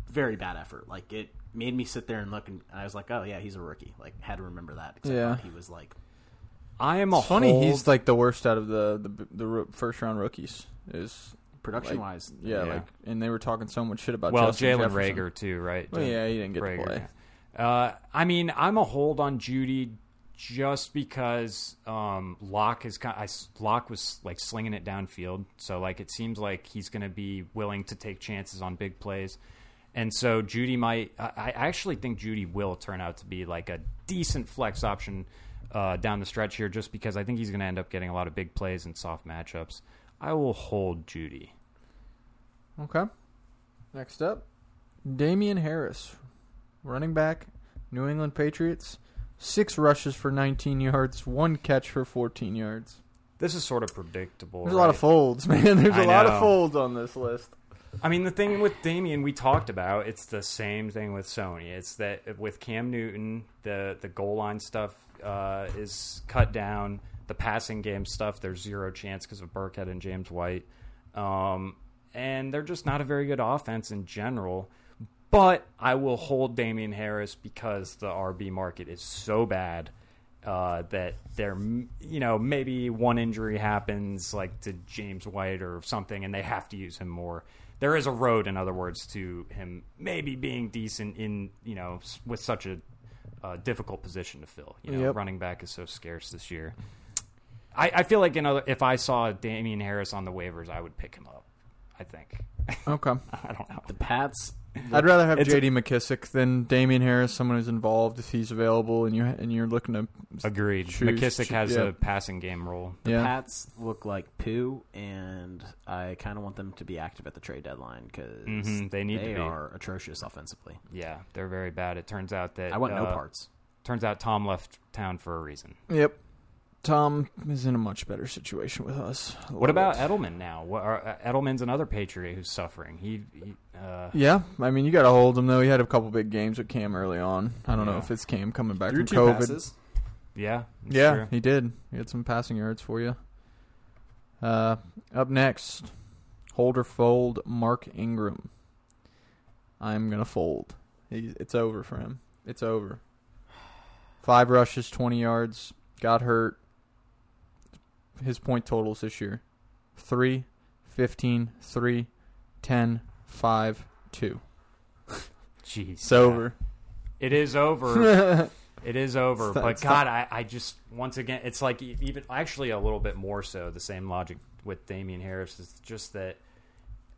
Speaker 3: very bad effort. Like it made me sit there and look, and I was like, oh yeah, he's a rookie. Like had to remember that. 'cause I
Speaker 2: Yeah.
Speaker 3: thought he was like
Speaker 4: I am a
Speaker 2: it's funny
Speaker 4: hold.
Speaker 2: he's like the worst out of the the, the ro- first round rookies is
Speaker 3: production wise.
Speaker 2: yeah,
Speaker 4: Yeah.
Speaker 2: like and they were talking so much shit about
Speaker 4: well,
Speaker 2: Justin
Speaker 4: Jalen
Speaker 2: Jefferson.
Speaker 4: Rager too, right?
Speaker 2: Well,
Speaker 4: Jalen
Speaker 2: yeah, he didn't get to
Speaker 4: Rager,
Speaker 2: play.
Speaker 4: yeah. Uh, I mean, I'm a hold on Judy just because um, Locke is kind. I, s- Locke was like slinging it downfield, so like it seems like he's going to be willing to take chances on big plays, and so Judy might. I, I actually think Judy will turn out to be like a decent flex option uh, down the stretch here, just because I think he's going to end up getting a lot of big plays and soft matchups. I will hold Judy.
Speaker 2: Okay. Next up, Damian Harris, running back, New England Patriots. Six rushes for 19 yards, one catch for 14 yards.
Speaker 4: This is sort of predictable.
Speaker 2: There's a lot of
Speaker 4: right?
Speaker 2: folds, man. There's a
Speaker 4: I
Speaker 2: lot of
Speaker 4: know.
Speaker 2: folds on this list.
Speaker 4: I mean, the thing with Damien we talked about, it's the same thing with Sony. It's that with Cam Newton, the the goal line stuff uh, is cut down. The passing game stuff, there's zero chance because of Burkhead and James White, um, and they're just not a very good offense in general. But I will hold Damian Harris because the RB market is so bad uh, that there, m- you know, maybe one injury happens like to James White or something, and they have to use him more. There is a road, in other words, to him maybe being decent in you know s- with such a uh, difficult position to fill. You know,
Speaker 2: Yep.
Speaker 4: running back is so scarce this year. I, I feel like in other, if I saw Damian Harris on the waivers, I would pick him up. I think
Speaker 2: Okay.
Speaker 4: I don't know.
Speaker 3: The Pats.
Speaker 2: I'd rather have
Speaker 3: It's a-
Speaker 2: J.D. McKissick than Damian Harris, someone who's involved if he's available and you and you're looking to
Speaker 4: Agreed.
Speaker 2: Choose-
Speaker 4: McKissick
Speaker 2: choo-
Speaker 4: has
Speaker 2: yeah.
Speaker 4: a passing game role.
Speaker 3: The
Speaker 2: yeah.
Speaker 3: Pats look like poo, and I kind of want them to be active at the trade deadline because
Speaker 4: Mhm, they need to be.
Speaker 3: are atrocious offensively.
Speaker 4: Yeah, they're very bad. It turns out that
Speaker 3: I want no
Speaker 4: uh,
Speaker 3: parts.
Speaker 4: Turns out Tom left town for a reason.
Speaker 2: Yep. Tom is in a much better situation with us. I love
Speaker 4: What about
Speaker 2: it.
Speaker 4: Edelman now? What are, uh, Edelman's another Patriot who's suffering. He, he uh,
Speaker 2: Yeah, I mean you got to hold him though. He had a couple big games with Cam early on. I don't know
Speaker 4: Yeah.
Speaker 2: if it's Cam coming back from COVID.
Speaker 4: yeah, it's
Speaker 2: Yeah,
Speaker 4: true.
Speaker 2: he did. He had some passing yards for you. Uh, up next, hold or fold Mark Ingram. I'm gonna fold. He, it's over for him. It's over. Five rushes, twenty yards. Got hurt. His point totals this year: 3, 15, 3, 10, 5, 2.
Speaker 4: Jeez,
Speaker 2: It's
Speaker 4: yeah.
Speaker 2: over.
Speaker 4: It is over. it is over.
Speaker 2: It's not-
Speaker 4: but
Speaker 2: it's
Speaker 4: God, I, I just once again, it's like e- even actually a little bit more so. The same logic with Damian Harris is just that.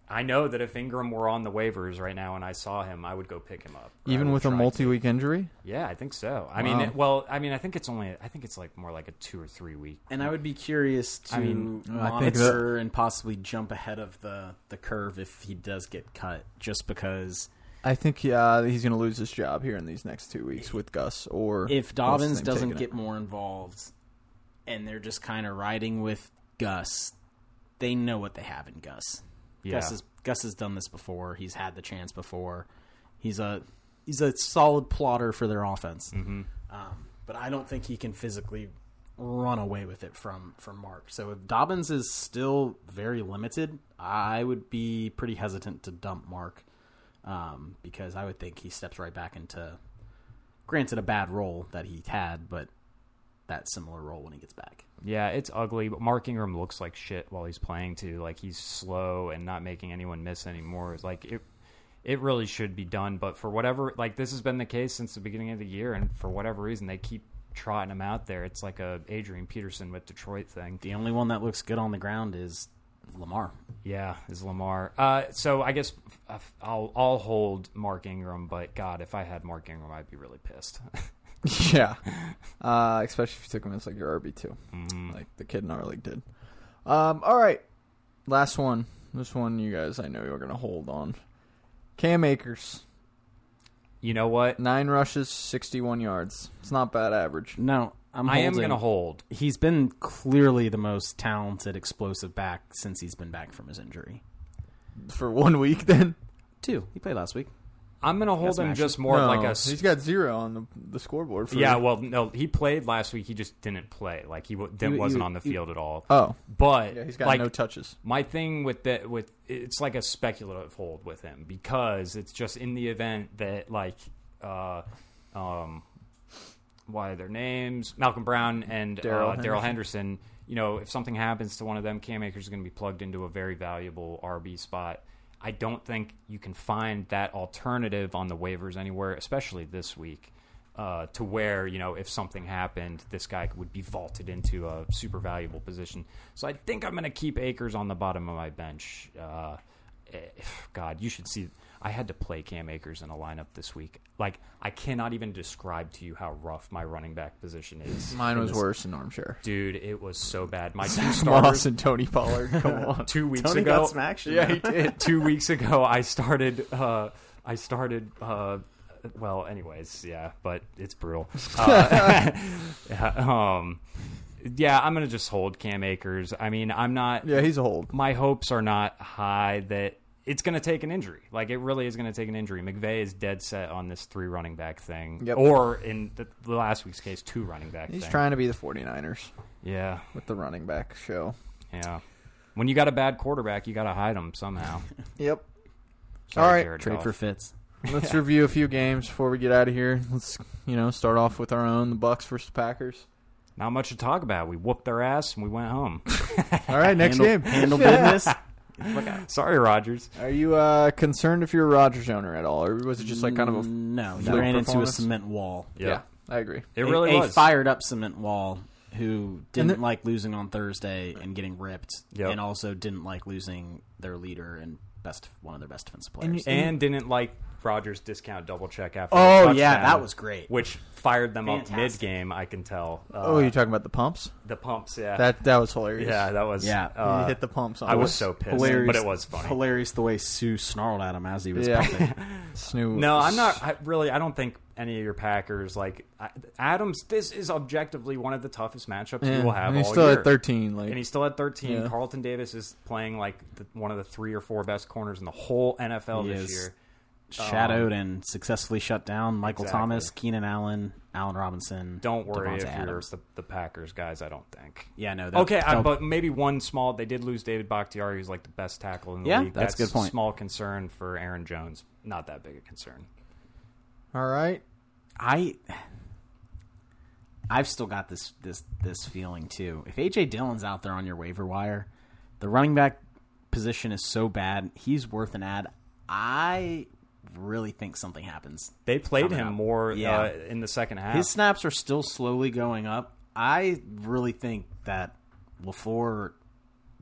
Speaker 4: I know that if Ingram were on the waivers right now and I saw him, I would go pick him up. I
Speaker 2: Even
Speaker 4: would
Speaker 2: with a
Speaker 4: try
Speaker 2: multi-week injury.
Speaker 4: Yeah, I think so. I
Speaker 2: Wow.
Speaker 4: mean, it- well, I mean, I think it's only, I think it's like more like a two or three week.
Speaker 3: And I would be curious to
Speaker 4: I mean,
Speaker 2: I think
Speaker 3: monitor and possibly jump ahead of the, the curve if he does get cut, just because
Speaker 2: I think yeah, he's going to lose his job here in these next two weeks with Gus. Or
Speaker 3: if
Speaker 2: what's his
Speaker 3: Dobbins
Speaker 2: name
Speaker 3: doesn't
Speaker 2: taking
Speaker 3: get
Speaker 2: it.
Speaker 3: more involved and they're just kind of riding with Gus, they know what they have in Gus.
Speaker 4: Yeah.
Speaker 3: Gus, is, Gus has done this before. He's had the chance before. He's a he's a solid plotter for their offense. Um, but I don't think he can physically run away with it from from Mark. So if Dobbins is still very limited, I would be pretty hesitant to dump Mark um, because I would think he steps right back into, granted, a bad role that he had, but that similar role when he gets back.
Speaker 4: Yeah, it's ugly, but Mark Ingram looks like shit while he's playing too. Like he's slow and not making anyone miss anymore. It's Like it it really should be done, but for whatever like this has been the case since the beginning of the year and for whatever reason they keep trotting him out there. It's like a Adrian Peterson with Detroit thing.
Speaker 3: The only one that looks good on the ground is Lamar.
Speaker 4: Yeah, is Lamar. Uh, so I guess f- I'll I'll hold Mark Ingram, but God, if I had Mark Ingram, I'd be really pissed.
Speaker 2: yeah, uh, especially if you took him as like your RB 2
Speaker 4: Mm-hmm.
Speaker 2: like the kid in our league did. Um, all right, last one. This one, you guys, I know you're going to hold on. Cam Akers,
Speaker 4: you know what?
Speaker 2: nine rushes, sixty-one yards. It's not bad average.
Speaker 3: No, I'm
Speaker 4: I am
Speaker 3: holding.
Speaker 4: gonna hold.
Speaker 3: He's been clearly the most talented explosive back since he's been back from his injury.
Speaker 2: for one week. Then
Speaker 3: Two, he played last week.
Speaker 4: I'm gonna hold
Speaker 3: That's
Speaker 4: him
Speaker 3: massive.
Speaker 4: just more of
Speaker 2: No,
Speaker 4: like a
Speaker 2: he's got zero on the, the scoreboard. For
Speaker 4: Yeah, well, no, he played last week. He just didn't play. Like he w- didn't,
Speaker 3: You-
Speaker 4: wasn't
Speaker 3: you-
Speaker 4: on the
Speaker 3: you-
Speaker 4: field at all.
Speaker 2: oh,
Speaker 4: But
Speaker 2: yeah, he's got
Speaker 4: like
Speaker 2: no touches.
Speaker 4: my thing with that with it's like a speculative hold with him because it's just in the event that like uh um why are their names Malcolm Brown and
Speaker 2: Darrell
Speaker 4: uh, Daryl Henderson. You know, if something happens to one of them, Cam Akers is going to be plugged into a very valuable RB spot. I don't think you can find that alternative on the waivers anywhere, especially this week, uh, to where you know if something happened, this guy would be vaulted into a super valuable position. So I think I'm going to keep Akers on the bottom of my bench. Uh, eh, God, you should see. I had to play Cam Akers in a lineup this week. Like I cannot even describe to you how rough my running back position is.
Speaker 6: Mine was worse in armchair.
Speaker 4: Dude, it was so bad. My two
Speaker 6: Moss
Speaker 4: starters
Speaker 6: and Tony Pollard. Come on.
Speaker 4: two weeks
Speaker 3: Tony
Speaker 4: ago.
Speaker 3: got smashed.
Speaker 4: Yeah, he did. two weeks ago, I started. Uh, I started. Uh, well, anyways, yeah, but it's brutal. Uh, yeah, um, yeah, I'm gonna just hold Cam Akers. I mean, I'm not.
Speaker 2: Yeah, he's a hold.
Speaker 4: My hopes are not high that it's gonna take an injury. Like it really is gonna take an injury. McVay is dead set on this three running back thing,
Speaker 2: Yep.
Speaker 4: or in the, the last week's case, two running back.
Speaker 2: He's
Speaker 4: thing.
Speaker 2: trying to be the 49ers
Speaker 4: Yeah,
Speaker 2: with the running back show.
Speaker 4: yeah. When you got a bad quarterback, you got to hide him somehow.
Speaker 2: Yep.
Speaker 4: Sorry,
Speaker 2: All right,
Speaker 4: Jared
Speaker 3: Trade
Speaker 4: Goff.
Speaker 3: for Fitz.
Speaker 2: Let's review a few games before we get out of here. Let's you know start off with our own the Bucks versus Packers.
Speaker 4: Not much to talk about. We whooped their ass and we went home.
Speaker 2: All right, next
Speaker 3: handle,
Speaker 2: game.
Speaker 3: Handle business.
Speaker 4: Sorry, Rogers.
Speaker 2: Are you uh, concerned if you're a Rogers owner at all, or was it just like kind of a?
Speaker 3: no. He
Speaker 2: fluke
Speaker 3: ran into a
Speaker 2: performance?
Speaker 3: cement wall.
Speaker 2: Yeah, I agree.
Speaker 4: it
Speaker 3: A-
Speaker 4: really
Speaker 3: a,
Speaker 4: was.
Speaker 3: fired up cement wall who didn't
Speaker 2: there-
Speaker 3: like losing on Thursday and getting ripped,
Speaker 4: Yep.
Speaker 3: and also didn't like losing their leader and best one of their best defensive
Speaker 2: And you-
Speaker 3: players.
Speaker 4: and didn't like Rogers' discount double check after.
Speaker 3: Oh,
Speaker 4: the
Speaker 3: yeah,
Speaker 4: touchdown,
Speaker 3: that was great.
Speaker 4: Which fired them up mid
Speaker 3: Fantastic.
Speaker 4: game. I can tell. Uh,
Speaker 2: oh, you're talking about the pumps?
Speaker 4: the pumps. Yeah,
Speaker 2: That that was hilarious.
Speaker 4: yeah, that was.
Speaker 3: Yeah.
Speaker 2: You
Speaker 4: uh,
Speaker 2: hit the pumps. On
Speaker 4: I
Speaker 2: it.
Speaker 4: was so pissed,
Speaker 3: hilarious.
Speaker 4: but it was funny.
Speaker 3: Hilarious the way Sue snarled at him as he was.
Speaker 2: Yeah.
Speaker 3: Yeah.
Speaker 2: Snoo-
Speaker 4: No, I'm not. I, really, I don't think any of your Packers like I, Adams. This is objectively one of the toughest matchups
Speaker 2: Yeah,
Speaker 4: you will have.
Speaker 2: and he's
Speaker 4: all
Speaker 2: still
Speaker 4: year.
Speaker 2: at 13. Like
Speaker 4: and he's still at 13.
Speaker 2: Yeah.
Speaker 4: Carlton Davis is playing like the, one of the three or four best corners in the whole NFL
Speaker 3: He
Speaker 4: this
Speaker 3: is.
Speaker 4: year.
Speaker 3: Shadowed and successfully shut down Michael
Speaker 4: Um, Exactly.
Speaker 3: Thomas, Keenan Allen, Allen Robinson.
Speaker 4: Don't worry
Speaker 3: Devontae
Speaker 4: if you're
Speaker 3: Adams. uh,
Speaker 4: the, the Packers guys. I don't think.
Speaker 3: Yeah, no. That,
Speaker 4: Okay, I,
Speaker 3: that-
Speaker 4: but maybe one small. They did lose David Bakhtiari, who's like the best tackle in the
Speaker 3: Yeah,
Speaker 4: league.
Speaker 3: that's a good point.
Speaker 4: Small concern for Aaron Jones. Not that big a concern.
Speaker 2: all right.
Speaker 3: I I've still got this this this feeling too. If AJ Dillon's out there on your waiver wire, the running back position is so bad, he's worth an ad. I really think something happens.
Speaker 4: They played
Speaker 3: Coming
Speaker 4: him
Speaker 3: up.
Speaker 4: more
Speaker 3: Yeah.
Speaker 4: uh, in the second half.
Speaker 3: His snaps are still slowly going up. I really think that LaFleur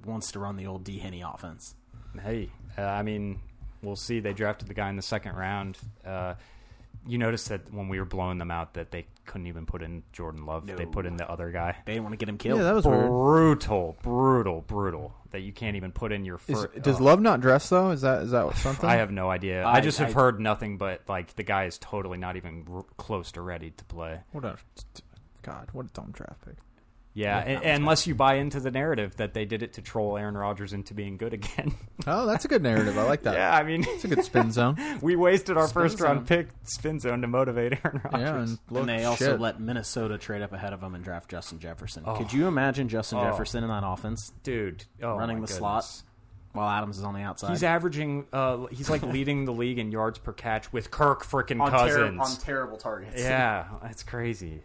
Speaker 3: wants to run the old D Henny offense.
Speaker 4: hey, uh, I mean, we'll see. They drafted the guy in the second round. Uh, you noticed that when we were blowing them out, that they couldn't even put in Jordan Love. They
Speaker 3: No.
Speaker 4: put in the other guy.
Speaker 3: They didn't want to get him killed.
Speaker 2: Yeah, that was weird.
Speaker 4: brutal, brutal, brutal. That you can't even put in your
Speaker 2: Is,
Speaker 4: first.
Speaker 2: does Love not dress though? Is that is that what- something?
Speaker 4: uh, I have no idea. I,
Speaker 3: I-
Speaker 4: just have
Speaker 3: I-
Speaker 4: heard nothing but like the guy is totally not even r- close to ready to play.
Speaker 2: What a God! What a dumb draft pick.
Speaker 4: Yeah,
Speaker 3: Yeah,
Speaker 4: a-
Speaker 3: that was
Speaker 4: unless you buy into the narrative that they did it to troll Aaron Rodgers into being good again.
Speaker 2: Oh, that's a good narrative. I like that.
Speaker 4: yeah, I mean,
Speaker 2: It's a good spin zone.
Speaker 4: we wasted our first
Speaker 2: zone.
Speaker 4: round pick spin zone to motivate Aaron Rodgers.
Speaker 2: yeah, and, look,
Speaker 3: and they also
Speaker 2: shit.
Speaker 3: let Minnesota trade up ahead of him and draft Justin Jefferson.
Speaker 4: Oh.
Speaker 3: Could you imagine Justin
Speaker 4: Oh.
Speaker 3: Jefferson in that offense?
Speaker 4: Dude, oh
Speaker 3: running
Speaker 4: my
Speaker 3: the slot
Speaker 4: goodness.
Speaker 3: while Adams is on the outside.
Speaker 4: He's averaging. Uh, he's like leading the league in yards per catch with Kirk freaking Cousins.
Speaker 3: terrible targets.
Speaker 4: yeah, that's crazy.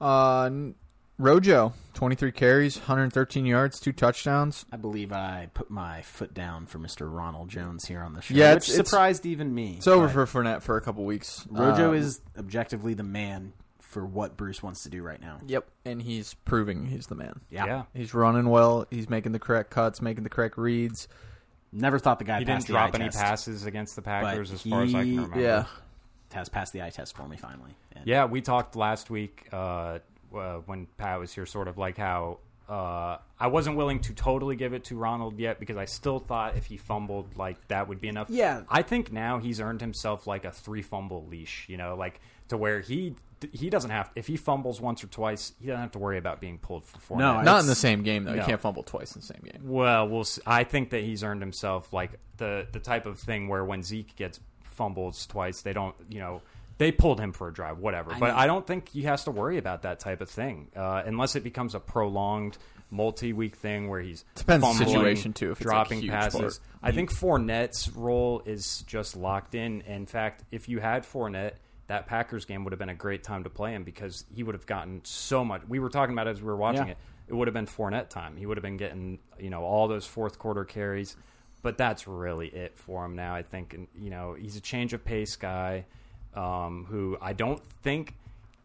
Speaker 2: Uh, n- Rojo, 23 carries, 113 yards, two touchdowns.
Speaker 3: I believe I put my foot down for Mr. Ronald Jones here on the show.
Speaker 2: Yeah,
Speaker 3: which
Speaker 2: it's- it's-
Speaker 3: surprised even me.
Speaker 2: It's over
Speaker 3: but
Speaker 2: for Fournette for a couple weeks.
Speaker 3: Rojo
Speaker 2: Um,
Speaker 3: is objectively the man for what Bruce wants to do right now.
Speaker 2: Yep, and he's proving he's the man.
Speaker 3: Yeah.
Speaker 4: yeah.
Speaker 2: He's running well. He's making the correct cuts, making the correct reads.
Speaker 3: Never thought the guy
Speaker 4: he
Speaker 3: passed
Speaker 4: didn't
Speaker 3: the eye
Speaker 4: drop any
Speaker 3: test.
Speaker 4: passes against the Packers,
Speaker 3: But
Speaker 4: as far as I
Speaker 3: he-
Speaker 4: can remember.
Speaker 2: Yeah,
Speaker 3: Has passed the eye test for me finally. And
Speaker 4: yeah. We talked last week uh, uh, when Pat was here, sort of like how uh, I wasn't willing to totally give it to Ronald yet because I still thought if he fumbled, like that would be enough.
Speaker 3: Yeah.
Speaker 4: I think now he's earned himself like a three fumble leash. You know, like to where he he doesn't have if he fumbles once or twice, he doesn't have to worry about being pulled for four.
Speaker 3: No, I-
Speaker 2: not in the same game though. You
Speaker 4: No.
Speaker 2: can't fumble twice in the same game.
Speaker 4: Well, we'll. See. I think that he's earned himself like the the type of thing where when Zeke gets fumbles twice, they don't. You know, they pulled him for a drive, whatever. but
Speaker 3: mean-
Speaker 4: I don't think he has to worry about that type of thing uh, unless it becomes a prolonged multi-week thing where he's
Speaker 2: Depends on the
Speaker 4: fumbling,
Speaker 2: situation, too, if it's, like,
Speaker 4: dropping
Speaker 2: huge
Speaker 4: passes.
Speaker 2: part.
Speaker 4: I think Fournette's role is just locked in. In fact, if you had Fournette, that Packers game would have been a great time to play him because he would have gotten so much. We were talking about it as we were watching
Speaker 3: Yeah.
Speaker 4: it. It would have been Fournette time. He would have been getting you know all those fourth quarter carries. but that's really it for him now. I think and, you know he's a change of pace guy um, who I don't think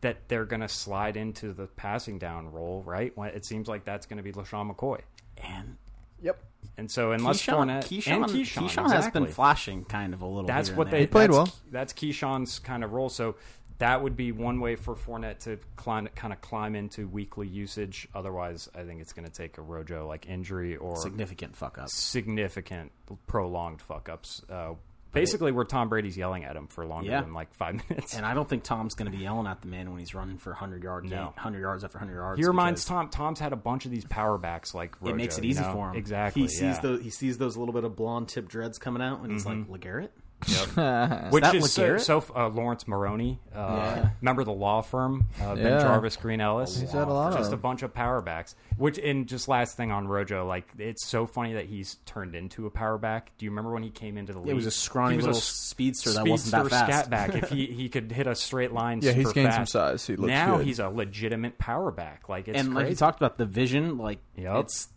Speaker 4: that they're going to slide into the passing down role. Right? When it seems like that's going to be LaShawn McCoy,
Speaker 3: And
Speaker 2: Yep.
Speaker 4: and so unless
Speaker 3: Keyshawn,
Speaker 4: Fournette
Speaker 3: Keyshawn,
Speaker 4: and Keyshawn,
Speaker 3: has been
Speaker 4: exactly.
Speaker 3: flashing kind of a little.
Speaker 4: That's
Speaker 3: here
Speaker 4: what
Speaker 3: and there.
Speaker 4: they
Speaker 2: played
Speaker 4: that's,
Speaker 2: well.
Speaker 4: That's Keyshawn's kind of role. So that would be one way for Fournette to climb, kind of climb into weekly usage. Otherwise, I think it's going to take a Rojo like injury or
Speaker 3: significant fuck up.
Speaker 4: significant prolonged fuck ups. Uh, basically, where Tom Brady's yelling at him for longer
Speaker 3: Yeah.
Speaker 4: than like five minutes.
Speaker 3: And I don't think Tom's going to be yelling at the man when he's running for 100 yards,
Speaker 4: No.
Speaker 3: 100 yards after 100 yards.
Speaker 4: he reminds
Speaker 3: because
Speaker 4: Tom. Tom's had a bunch of these power backs like Rojo,
Speaker 3: It makes it
Speaker 4: you
Speaker 3: easy
Speaker 4: know?
Speaker 3: for him.
Speaker 4: Exactly.
Speaker 3: He sees
Speaker 4: yeah. Mm-hmm.
Speaker 3: those. He sees those little bit of blonde tip dreads coming out, and he's like, "Legarrette."
Speaker 4: Which
Speaker 3: that
Speaker 4: is so,
Speaker 3: LeGarrette?
Speaker 4: so uh, Lawrence Maroney. Uh,
Speaker 3: Yeah.
Speaker 4: Remember the law firm, uh, Ben
Speaker 2: Yeah.
Speaker 4: Jarvis, Green Ellis.
Speaker 2: He's had a lot of
Speaker 4: just a
Speaker 2: them.
Speaker 4: bunch of power backs. Which and just last thing on Rojo, like it's so funny that he's turned into a power back. Do you remember when he came into the league?
Speaker 3: It was a scrawny
Speaker 4: he was
Speaker 3: little
Speaker 4: s-
Speaker 3: speedster that wasn't that
Speaker 4: speedster
Speaker 3: fast.
Speaker 4: Scat back. If he, he could hit a straight line,
Speaker 2: Yeah, he's
Speaker 4: super
Speaker 2: gained some
Speaker 4: fast.
Speaker 2: size. He looks
Speaker 4: now
Speaker 2: good.
Speaker 4: he's a legitimate power back. Like it's
Speaker 3: and like you
Speaker 4: crazy.
Speaker 3: talked about the vision, like
Speaker 4: Yep.
Speaker 3: it's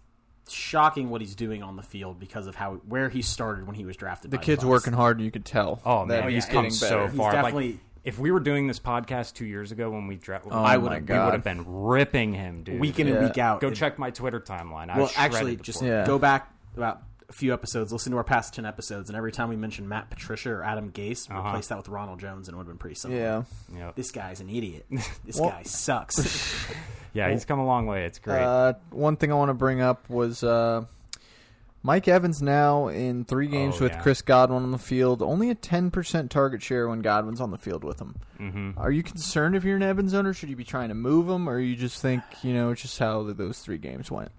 Speaker 3: shocking what he's doing on the field because of how where he started when he was drafted.
Speaker 2: The
Speaker 3: by
Speaker 2: kid's
Speaker 3: Bucs.
Speaker 2: working hard. You could tell.
Speaker 4: Oh man,
Speaker 2: that
Speaker 4: he's
Speaker 3: yeah,
Speaker 4: come
Speaker 2: getting
Speaker 4: so
Speaker 2: better.
Speaker 3: He's
Speaker 4: far. like,
Speaker 3: definitely-
Speaker 4: if we were doing this podcast two years ago when we dra-
Speaker 2: Oh my
Speaker 4: I would have we
Speaker 2: God.
Speaker 4: would have been ripping him, dude.
Speaker 3: week in
Speaker 2: Yeah.
Speaker 3: and week out.
Speaker 4: Go
Speaker 3: And-
Speaker 4: check my Twitter timeline. I
Speaker 3: Well,
Speaker 4: shredded
Speaker 3: actually,
Speaker 4: the
Speaker 3: just
Speaker 4: poor-
Speaker 2: Yeah.
Speaker 3: go back about a few episodes. Listen to our past ten episodes, and every time we mentioned Matt Patricia or Adam Gase, replace that with Ronald Jones, and it would have been pretty simple.
Speaker 2: Yeah.
Speaker 4: Uh-huh. yeah,
Speaker 3: This guy's an idiot. This
Speaker 2: Well-
Speaker 3: guy sucks.
Speaker 4: yeah. He's come a long way. It's great.
Speaker 2: Uh, one thing I want to bring up was uh, Mike Evans now in three games
Speaker 4: Oh,
Speaker 2: with
Speaker 4: yeah.
Speaker 2: Chris Godwin on the field, only a 10% target share when Godwin's on the field with him. Mm-hmm. Are you concerned if you're an Evans owner? Should you be trying to move him, or you just think, you know, it's just how th- those three games went?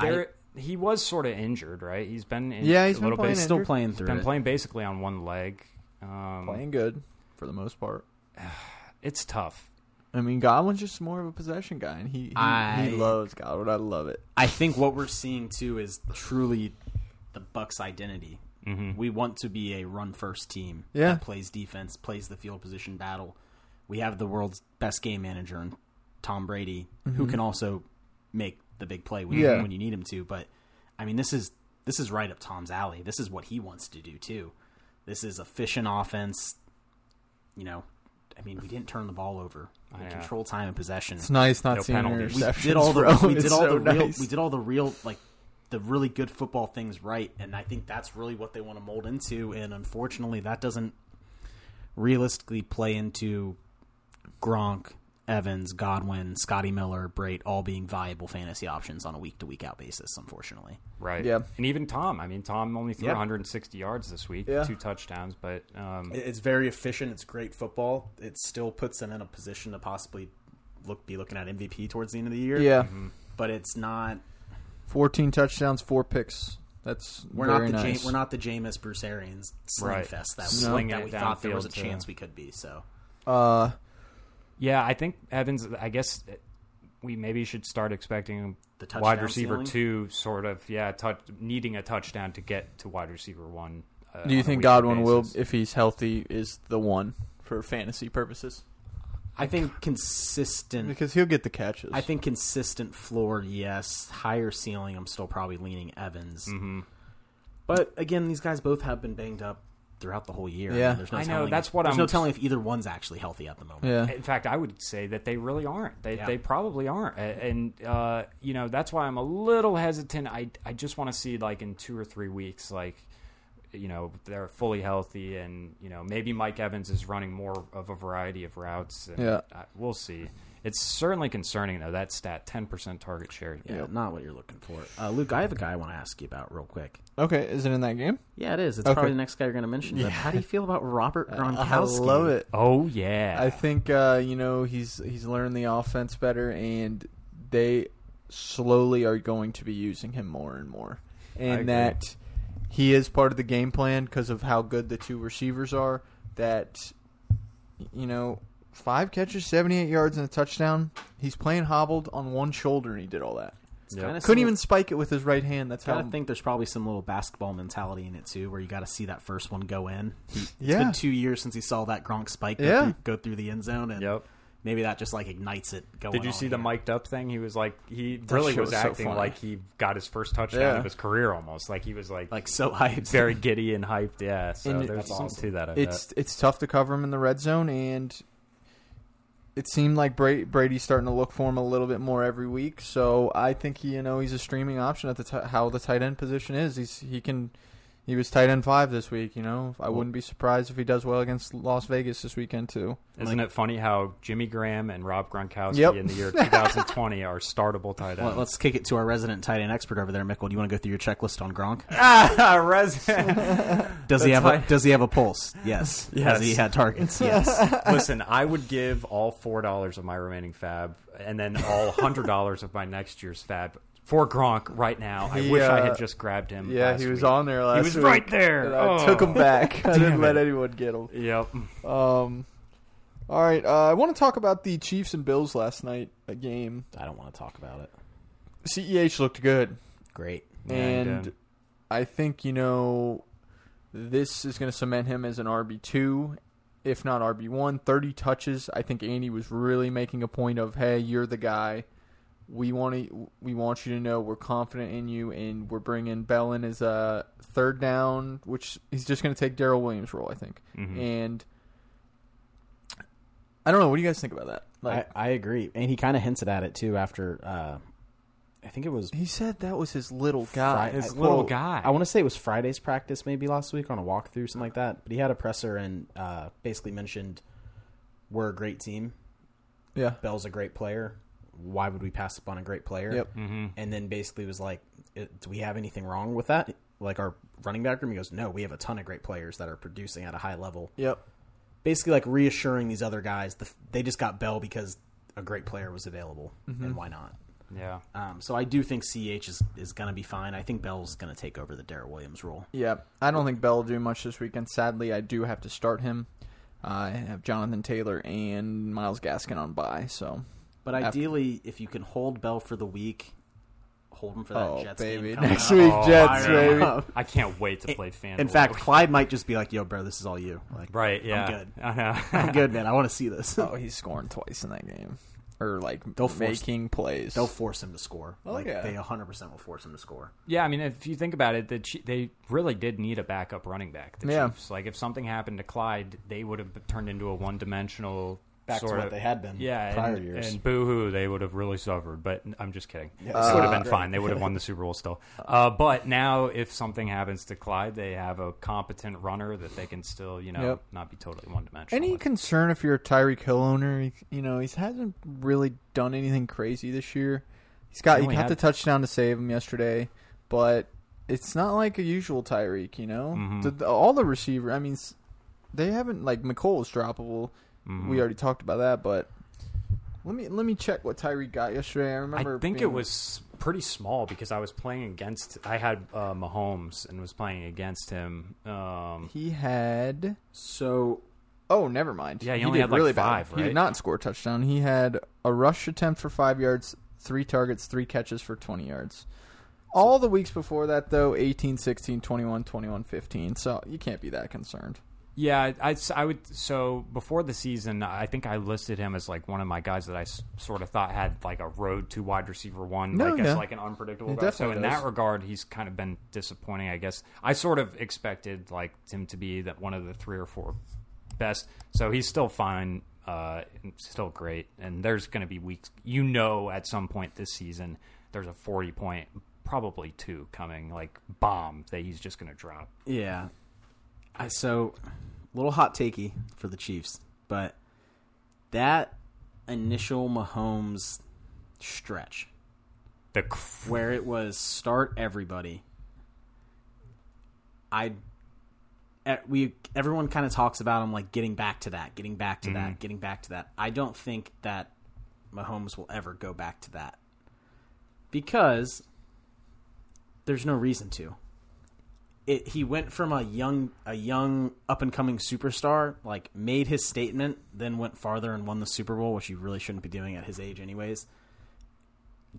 Speaker 4: there, he was sort of injured, right? He's been in
Speaker 2: Yeah, he's
Speaker 4: a
Speaker 2: been
Speaker 4: little
Speaker 2: playing
Speaker 4: bit.
Speaker 2: it.
Speaker 3: Still
Speaker 2: Andrew?
Speaker 3: playing through
Speaker 4: Been
Speaker 3: it.
Speaker 4: playing basically on one leg. Um,
Speaker 2: Playing good for the most part.
Speaker 4: It's tough.
Speaker 2: I mean, Godwin's just more of a possession guy, and he, he,
Speaker 3: I-
Speaker 2: he loves Godwin. I love it.
Speaker 3: I think what we're seeing too is truly the Bucks' identity.
Speaker 4: Mm-hmm.
Speaker 3: We want to be a run-first team
Speaker 2: Mm-hmm. Yeah.
Speaker 3: that plays defense, plays the field position battle. We have the world's best game manager in Tom Brady, who can also make the big play when,
Speaker 2: Mm-hmm. Yeah.
Speaker 3: when you need him to. But I mean, this is this is right up Tom's alley. This is what he wants to do too. This is efficient offense. You know, I mean, we didn't turn the ball over. We
Speaker 4: Yeah.
Speaker 3: control time and possession
Speaker 2: It's nice not
Speaker 4: No
Speaker 2: seeing your
Speaker 4: penalties.
Speaker 3: we
Speaker 2: interceptions,
Speaker 3: did all the
Speaker 2: bro.
Speaker 3: we
Speaker 2: It's
Speaker 3: did all
Speaker 2: so
Speaker 3: the real
Speaker 2: nice.
Speaker 3: we did all the real like the really good football things right, and I think that's really what they want to mold into. And unfortunately, that doesn't realistically play into Gronk, Evans, Godwin, Scotty Miller, Brait all being viable fantasy options on a week to week out basis. Unfortunately,
Speaker 4: Right.
Speaker 2: Yeah.
Speaker 4: And even Tom. I mean, Tom only threw
Speaker 3: Yeah.
Speaker 4: 160 yards this week,
Speaker 2: Yeah.
Speaker 4: two touchdowns, but um,
Speaker 3: it's very efficient. It's great football. It still puts them in a position to possibly look be looking at MVP towards the end of the year.
Speaker 2: Yeah,
Speaker 3: but it's not.
Speaker 2: 14 touchdowns, four picks. That's
Speaker 3: We're
Speaker 2: very
Speaker 3: not the
Speaker 2: nice.
Speaker 3: Ja- we're not the Jameis Bruce Arians sling
Speaker 4: Right.
Speaker 3: fest that, we,
Speaker 4: Slinging
Speaker 3: that
Speaker 4: it
Speaker 3: we thought there was a
Speaker 4: downfield to-
Speaker 3: chance we could be. So
Speaker 2: uh,
Speaker 4: yeah, I think Evans. I guess we maybe should start expecting
Speaker 3: The touchdown
Speaker 4: wide receiver
Speaker 3: ceiling?
Speaker 4: two, sort of. Yeah, touch, needing a touchdown to get to wide receiver one. Uh,
Speaker 2: Do you
Speaker 4: on a
Speaker 2: think
Speaker 4: weekly
Speaker 2: Godwin will,
Speaker 4: basis.
Speaker 2: if he's healthy, is the one for fantasy purposes?
Speaker 3: I think consistent.
Speaker 2: Because he'll get the catches.
Speaker 3: Hmm. I think consistent floor, yes. Higher ceiling, I'm still probably leaning Evans.
Speaker 4: Mm-hmm.
Speaker 3: But again, these guys both have been banged up throughout the whole year.
Speaker 2: Yeah.
Speaker 3: there's no
Speaker 4: I know,
Speaker 3: telling
Speaker 4: that's
Speaker 3: if-
Speaker 4: what
Speaker 3: there's
Speaker 4: I'm-
Speaker 3: no telling if either one's actually healthy at the moment.
Speaker 2: Yeah.
Speaker 4: In fact, I would say that they really aren't. They
Speaker 3: Yeah.
Speaker 4: they probably aren't, A- and uh, you know that's why I'm a little hesitant. I I just want to see like in two or three weeks, like you know they're fully healthy, and you know maybe Mike Evans is running more of a variety of routes. And
Speaker 2: Yeah.
Speaker 4: I, we'll see. It's certainly concerning though that stat ten percent target share.
Speaker 3: Yeah, not what you're looking for. Uh, Luke, I have a guy I want to ask you about real quick.
Speaker 2: Okay, is it in that game?
Speaker 3: Yeah, it is. It's
Speaker 2: Okay.
Speaker 3: probably the next guy you're going to mention. But how do you feel about Robert Uh, Gronkowski?
Speaker 2: I love it.
Speaker 4: Oh yeah,
Speaker 2: I think uh, you know he's he's learned the offense better, and they slowly are going to be using him more and more,
Speaker 4: agree.
Speaker 2: and that he is part of the game plan because of how good the two receivers are. That you know, five catches, seventy-eight yards, and a touchdown. He's playing hobbled on one shoulder, and he did all that.
Speaker 3: It's
Speaker 4: Yep.
Speaker 3: kinda
Speaker 2: Couldn't
Speaker 3: similar-
Speaker 2: even spike it with his right hand. That's
Speaker 3: I
Speaker 2: how.
Speaker 3: think there's probably some little basketball mentality in it too, where you got to see that first one go in. He- It's
Speaker 2: Yeah.
Speaker 3: been two years since he saw that Gronk spike go,
Speaker 2: Yeah.
Speaker 3: through, go through the end zone, and
Speaker 4: Yep.
Speaker 3: maybe that just like ignites it. Going
Speaker 4: Did you
Speaker 3: on
Speaker 4: see the
Speaker 3: here.
Speaker 4: mic'd up thing? He was like, he really
Speaker 2: shit
Speaker 4: was
Speaker 2: was so
Speaker 4: acting
Speaker 2: funny.
Speaker 4: like he got his first touchdown
Speaker 2: Yeah.
Speaker 4: of his career almost. Like he was like,
Speaker 3: Like so hyped.
Speaker 4: very giddy and hyped. Yeah, so
Speaker 2: And it-
Speaker 4: there's
Speaker 2: That's
Speaker 4: something
Speaker 3: awesome.
Speaker 4: to that. I
Speaker 2: it's
Speaker 4: bet.
Speaker 2: it's tough to cover him in the red zone, and it seemed like Bra- Brady's starting to look for him a little bit more every week. So I think he, you know he's a streaming option at the t- how the tight end position is. He's he can he was tight end five this week. You know I wouldn't be surprised if he does well against Las Vegas this weekend too.
Speaker 4: Isn't it funny how Jimmy Graham and Rob Gronkowski
Speaker 2: Yep.
Speaker 4: in the year 2020 are startable tight
Speaker 3: Well,
Speaker 4: ends?
Speaker 3: let's kick it to our resident tight end expert over there, Mickle. Do you want to go through your checklist on Gronk?
Speaker 4: ah, resident.
Speaker 3: Does he
Speaker 4: That's
Speaker 3: have a,
Speaker 4: high.
Speaker 3: Does he have a pulse? Yes.
Speaker 4: Yes.
Speaker 3: Has he had targets? Yes.
Speaker 4: Listen, I would give all four dollars of my remaining fab, and then all hundred dollars of my next year's fab for Gronk right now. I
Speaker 2: He,
Speaker 4: wish I
Speaker 2: uh,
Speaker 4: had just grabbed him.
Speaker 2: Yeah,
Speaker 4: Mm, last
Speaker 2: he was
Speaker 4: week.
Speaker 2: on there last.
Speaker 4: was
Speaker 2: week,
Speaker 4: right there.
Speaker 2: and I
Speaker 4: Oh.
Speaker 2: took him back. I
Speaker 4: Damn
Speaker 2: didn't let
Speaker 4: it.
Speaker 2: anyone get him.
Speaker 4: Yep.
Speaker 2: Um, all right. Uh, I want to talk about the Chiefs and Bills last night. A game.
Speaker 3: I don't want to talk about it.
Speaker 2: Ceh E looked good.
Speaker 3: Great.
Speaker 2: and
Speaker 4: And, um,
Speaker 2: I think you know this is going to cement him as an RB two, if not RB one. Thirty touches. I think Andy was really making a point of, hey, you're the guy. We want to. We want you to know we're confident in you, and we're bringing Bell in as a third down, which he's just going to take Daryl Williams' role, I think. And I don't know. What do you guys think about that? Like,
Speaker 3: I, I agree, and he kind of hinted at it too after. Uh, I think it was
Speaker 2: he said that was his little
Speaker 3: Fri-
Speaker 2: guy.
Speaker 4: His
Speaker 3: I-
Speaker 4: uh, little
Speaker 3: well,
Speaker 4: guy.
Speaker 3: I want to say it was Friday's practice, maybe last week on a walkthrough, something like that. But he had a presser and uh, basically mentioned, "We're a great team.
Speaker 2: yeah.
Speaker 3: Bell's a great player. Why would we pass up on a great player?"
Speaker 2: Yep.
Speaker 3: And then basically was like, "It- "Do we have anything wrong with that?" Like our running back room, he goes, "No, we have a ton of great players that are producing at a high level."
Speaker 2: Yep.
Speaker 3: Basically, like reassuring these other guys, the, they just got Bell because a great player was available, and why not?
Speaker 4: yeah.
Speaker 3: Um, so I do think CH is, is going to be fine. I think Bell's going to take over the Darrell Williams role.
Speaker 2: Yeah, I don't think Bell will do much this weekend. Sadly, I do have to start him. I have Jonathan Taylor and Miles Gaskin on bye, so
Speaker 3: But
Speaker 2: After-
Speaker 3: ideally, if you can hold Bell for the week, hold him for that
Speaker 2: oh
Speaker 3: Jets
Speaker 2: baby,
Speaker 3: game coming
Speaker 2: next
Speaker 3: up.
Speaker 2: week
Speaker 4: Oh,
Speaker 2: Jets
Speaker 4: I
Speaker 2: baby.
Speaker 4: know. I can't wait to play fan.
Speaker 3: In fact, Clyde might just be like, "Yo, bro, this is all you." Like,
Speaker 4: right? Yeah.
Speaker 3: I'm good.
Speaker 4: I know.
Speaker 3: I'm good, man. I want to see this.
Speaker 2: Oh, he's scoring twice in that game, or like
Speaker 3: They'll force-
Speaker 2: making plays.
Speaker 3: They'll force him to score.
Speaker 2: Oh,
Speaker 3: like,
Speaker 2: yeah.
Speaker 3: They 100 percent will force him to score.
Speaker 4: Yeah, I mean, if you think about it, the Chi- they really did need a backup running back. The
Speaker 2: Yeah.
Speaker 4: Chiefs, like if something happened to Clyde, they would have turned into a one-dimensional
Speaker 3: Back to
Speaker 4: sort
Speaker 3: what
Speaker 4: of-
Speaker 3: they had been
Speaker 4: Yeah,
Speaker 3: prior
Speaker 4: and,
Speaker 3: years.
Speaker 4: And boohoo, they would have really suffered. But I'm just kidding.
Speaker 3: Yeah,
Speaker 4: they would
Speaker 3: uh,
Speaker 4: have been fine. They would have won the Super Bowl still. Uh, but now, if something happens to Clyde, they have a competent runner that they can still, you know,
Speaker 2: Yep.
Speaker 4: not be totally one-dimensional.
Speaker 2: Any
Speaker 4: with.
Speaker 2: concern if you're a Tyreek Hill owner? He- You know, he hasn't really done anything crazy this year. He's got
Speaker 4: He
Speaker 2: he
Speaker 4: only
Speaker 2: got
Speaker 4: had-
Speaker 2: the touchdown to save him yesterday, but it's not like a usual Tyreek. You know,
Speaker 4: Mm-hmm.
Speaker 2: The- the- all the receiver. I mean, s- they haven't like McColl is droppable.
Speaker 4: Mm-hmm.
Speaker 2: We already talked about that, but let me let me check what Tyreek got yesterday. I remember.
Speaker 4: I think
Speaker 2: being-
Speaker 4: it was pretty small because I was playing against. I had uh, Mahomes and was playing against him. Um,
Speaker 2: he had.
Speaker 3: So
Speaker 2: Oh, never mind.
Speaker 4: Yeah, he only
Speaker 2: did
Speaker 4: had, like,
Speaker 2: really bad.
Speaker 4: five,
Speaker 2: He
Speaker 4: right?
Speaker 2: did not score a touchdown. He had a rush attempt for five yards, three targets, three catches for 20 yards. All the weeks before that, though, 18, 16, 21, 21, 15. So you can't be that concerned.
Speaker 4: Yeah, I- I, s- I would. So before the season, I think I listed him as like one of my guys that I s- sort of thought had like a road to wide receiver one,
Speaker 2: No,
Speaker 4: like
Speaker 2: yeah.
Speaker 4: as like an unpredictable
Speaker 2: He
Speaker 4: guy. So
Speaker 2: definitely
Speaker 4: in
Speaker 2: does.
Speaker 4: that regard, he's kind of been disappointing. I guess I sort of expected like him to be that one of the three or four best. So he's still fine, uh, and still great. And there's going to be weeks, you know, at some point this season, there's a forty point, probably two coming like bomb that he's just going to drop.
Speaker 3: yeah, I, so little hot takey for the Chiefs, but that initial Mahomes stretch
Speaker 4: The cr-
Speaker 3: where it was start everybody. I at- we everyone kind of talks about him like getting back to that, getting back to that, getting back to that. I don't think that Mahomes will ever go back to that because there's no reason to. It, he went from a young a young up and coming superstar, like made his statement, then went farther and won the Super Bowl, which you really shouldn't be doing at his age, anyways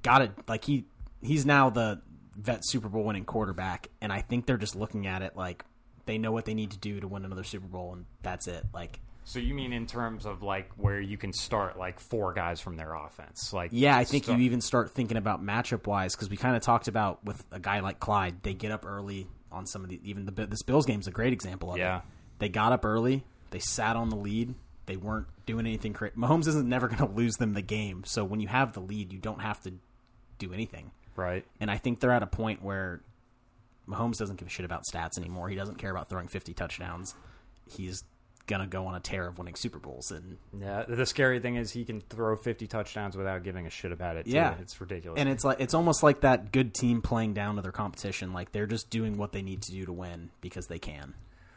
Speaker 3: got it. Like he he's now the vet Super Bowl winning quarterback, and I think they're just looking at it like they know what they need to do to win another Super Bowl, and that's it. Like
Speaker 4: So you mean in terms of like where you can start like four guys from their offense? Like
Speaker 3: Yeah, I think
Speaker 4: start-
Speaker 3: you even start thinking about matchup wise because we kind of talked about with a guy like Clyde, they get up early on some of the even the Bi- this Bills game's a great example of
Speaker 4: Yeah.
Speaker 3: it. They got up early, they sat on the lead, they weren't doing anything crazy. Mahomes isn't never going to lose them the game, so when you have the lead, you don't have to do anything.
Speaker 4: right.
Speaker 3: And I think they're at a point where Mahomes doesn't give a shit about stats anymore. He doesn't care about throwing 50 touchdowns. He's going to go on a tear of winning Super Bowls and
Speaker 4: Yeah. The scary thing is he can throw 50 touchdowns without giving a shit about it. too.
Speaker 3: Yeah.
Speaker 4: It's ridiculous.
Speaker 3: and it's like it's almost like that good team playing down to their competition like they're just doing what they need to do to win because they can